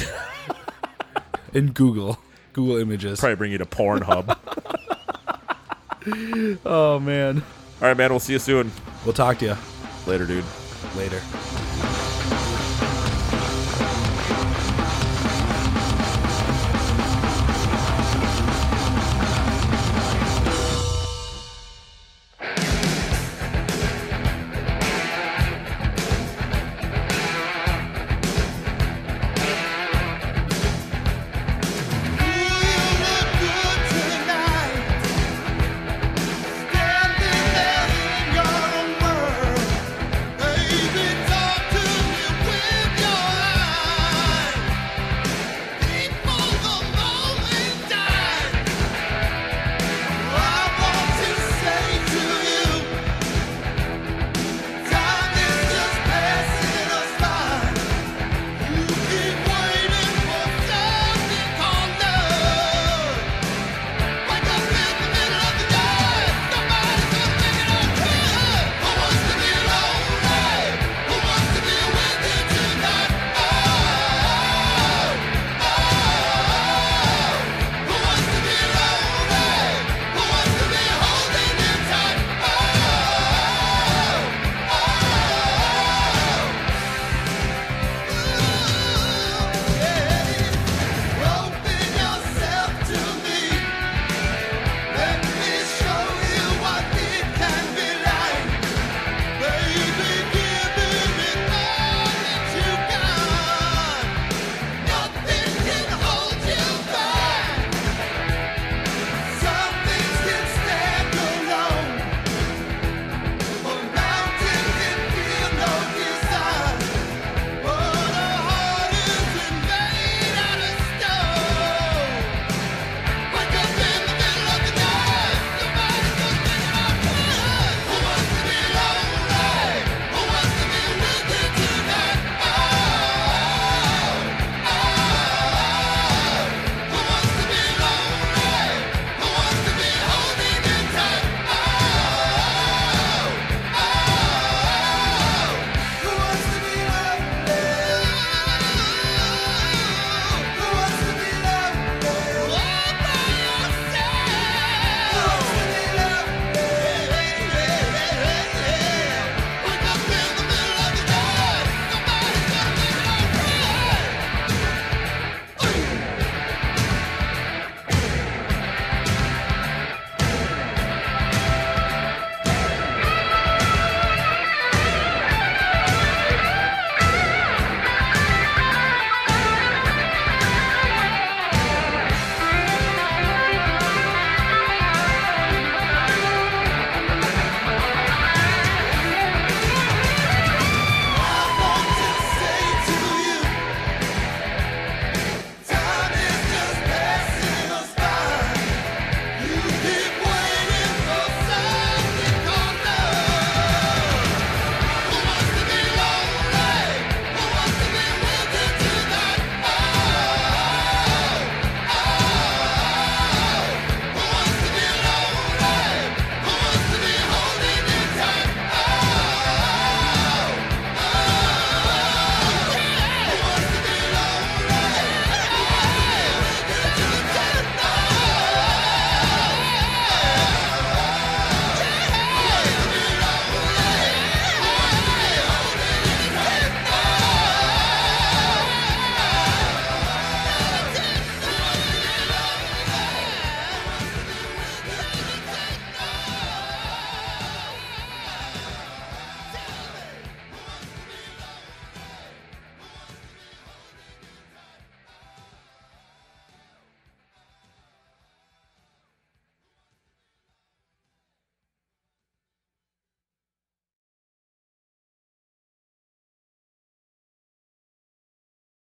Speaker 1: in Google, Google Images.
Speaker 10: Probably bring you to Pornhub. All
Speaker 1: Oh man.
Speaker 10: right, man. We'll see you soon.
Speaker 1: We'll talk to you
Speaker 10: Later, dude.
Speaker 1: later.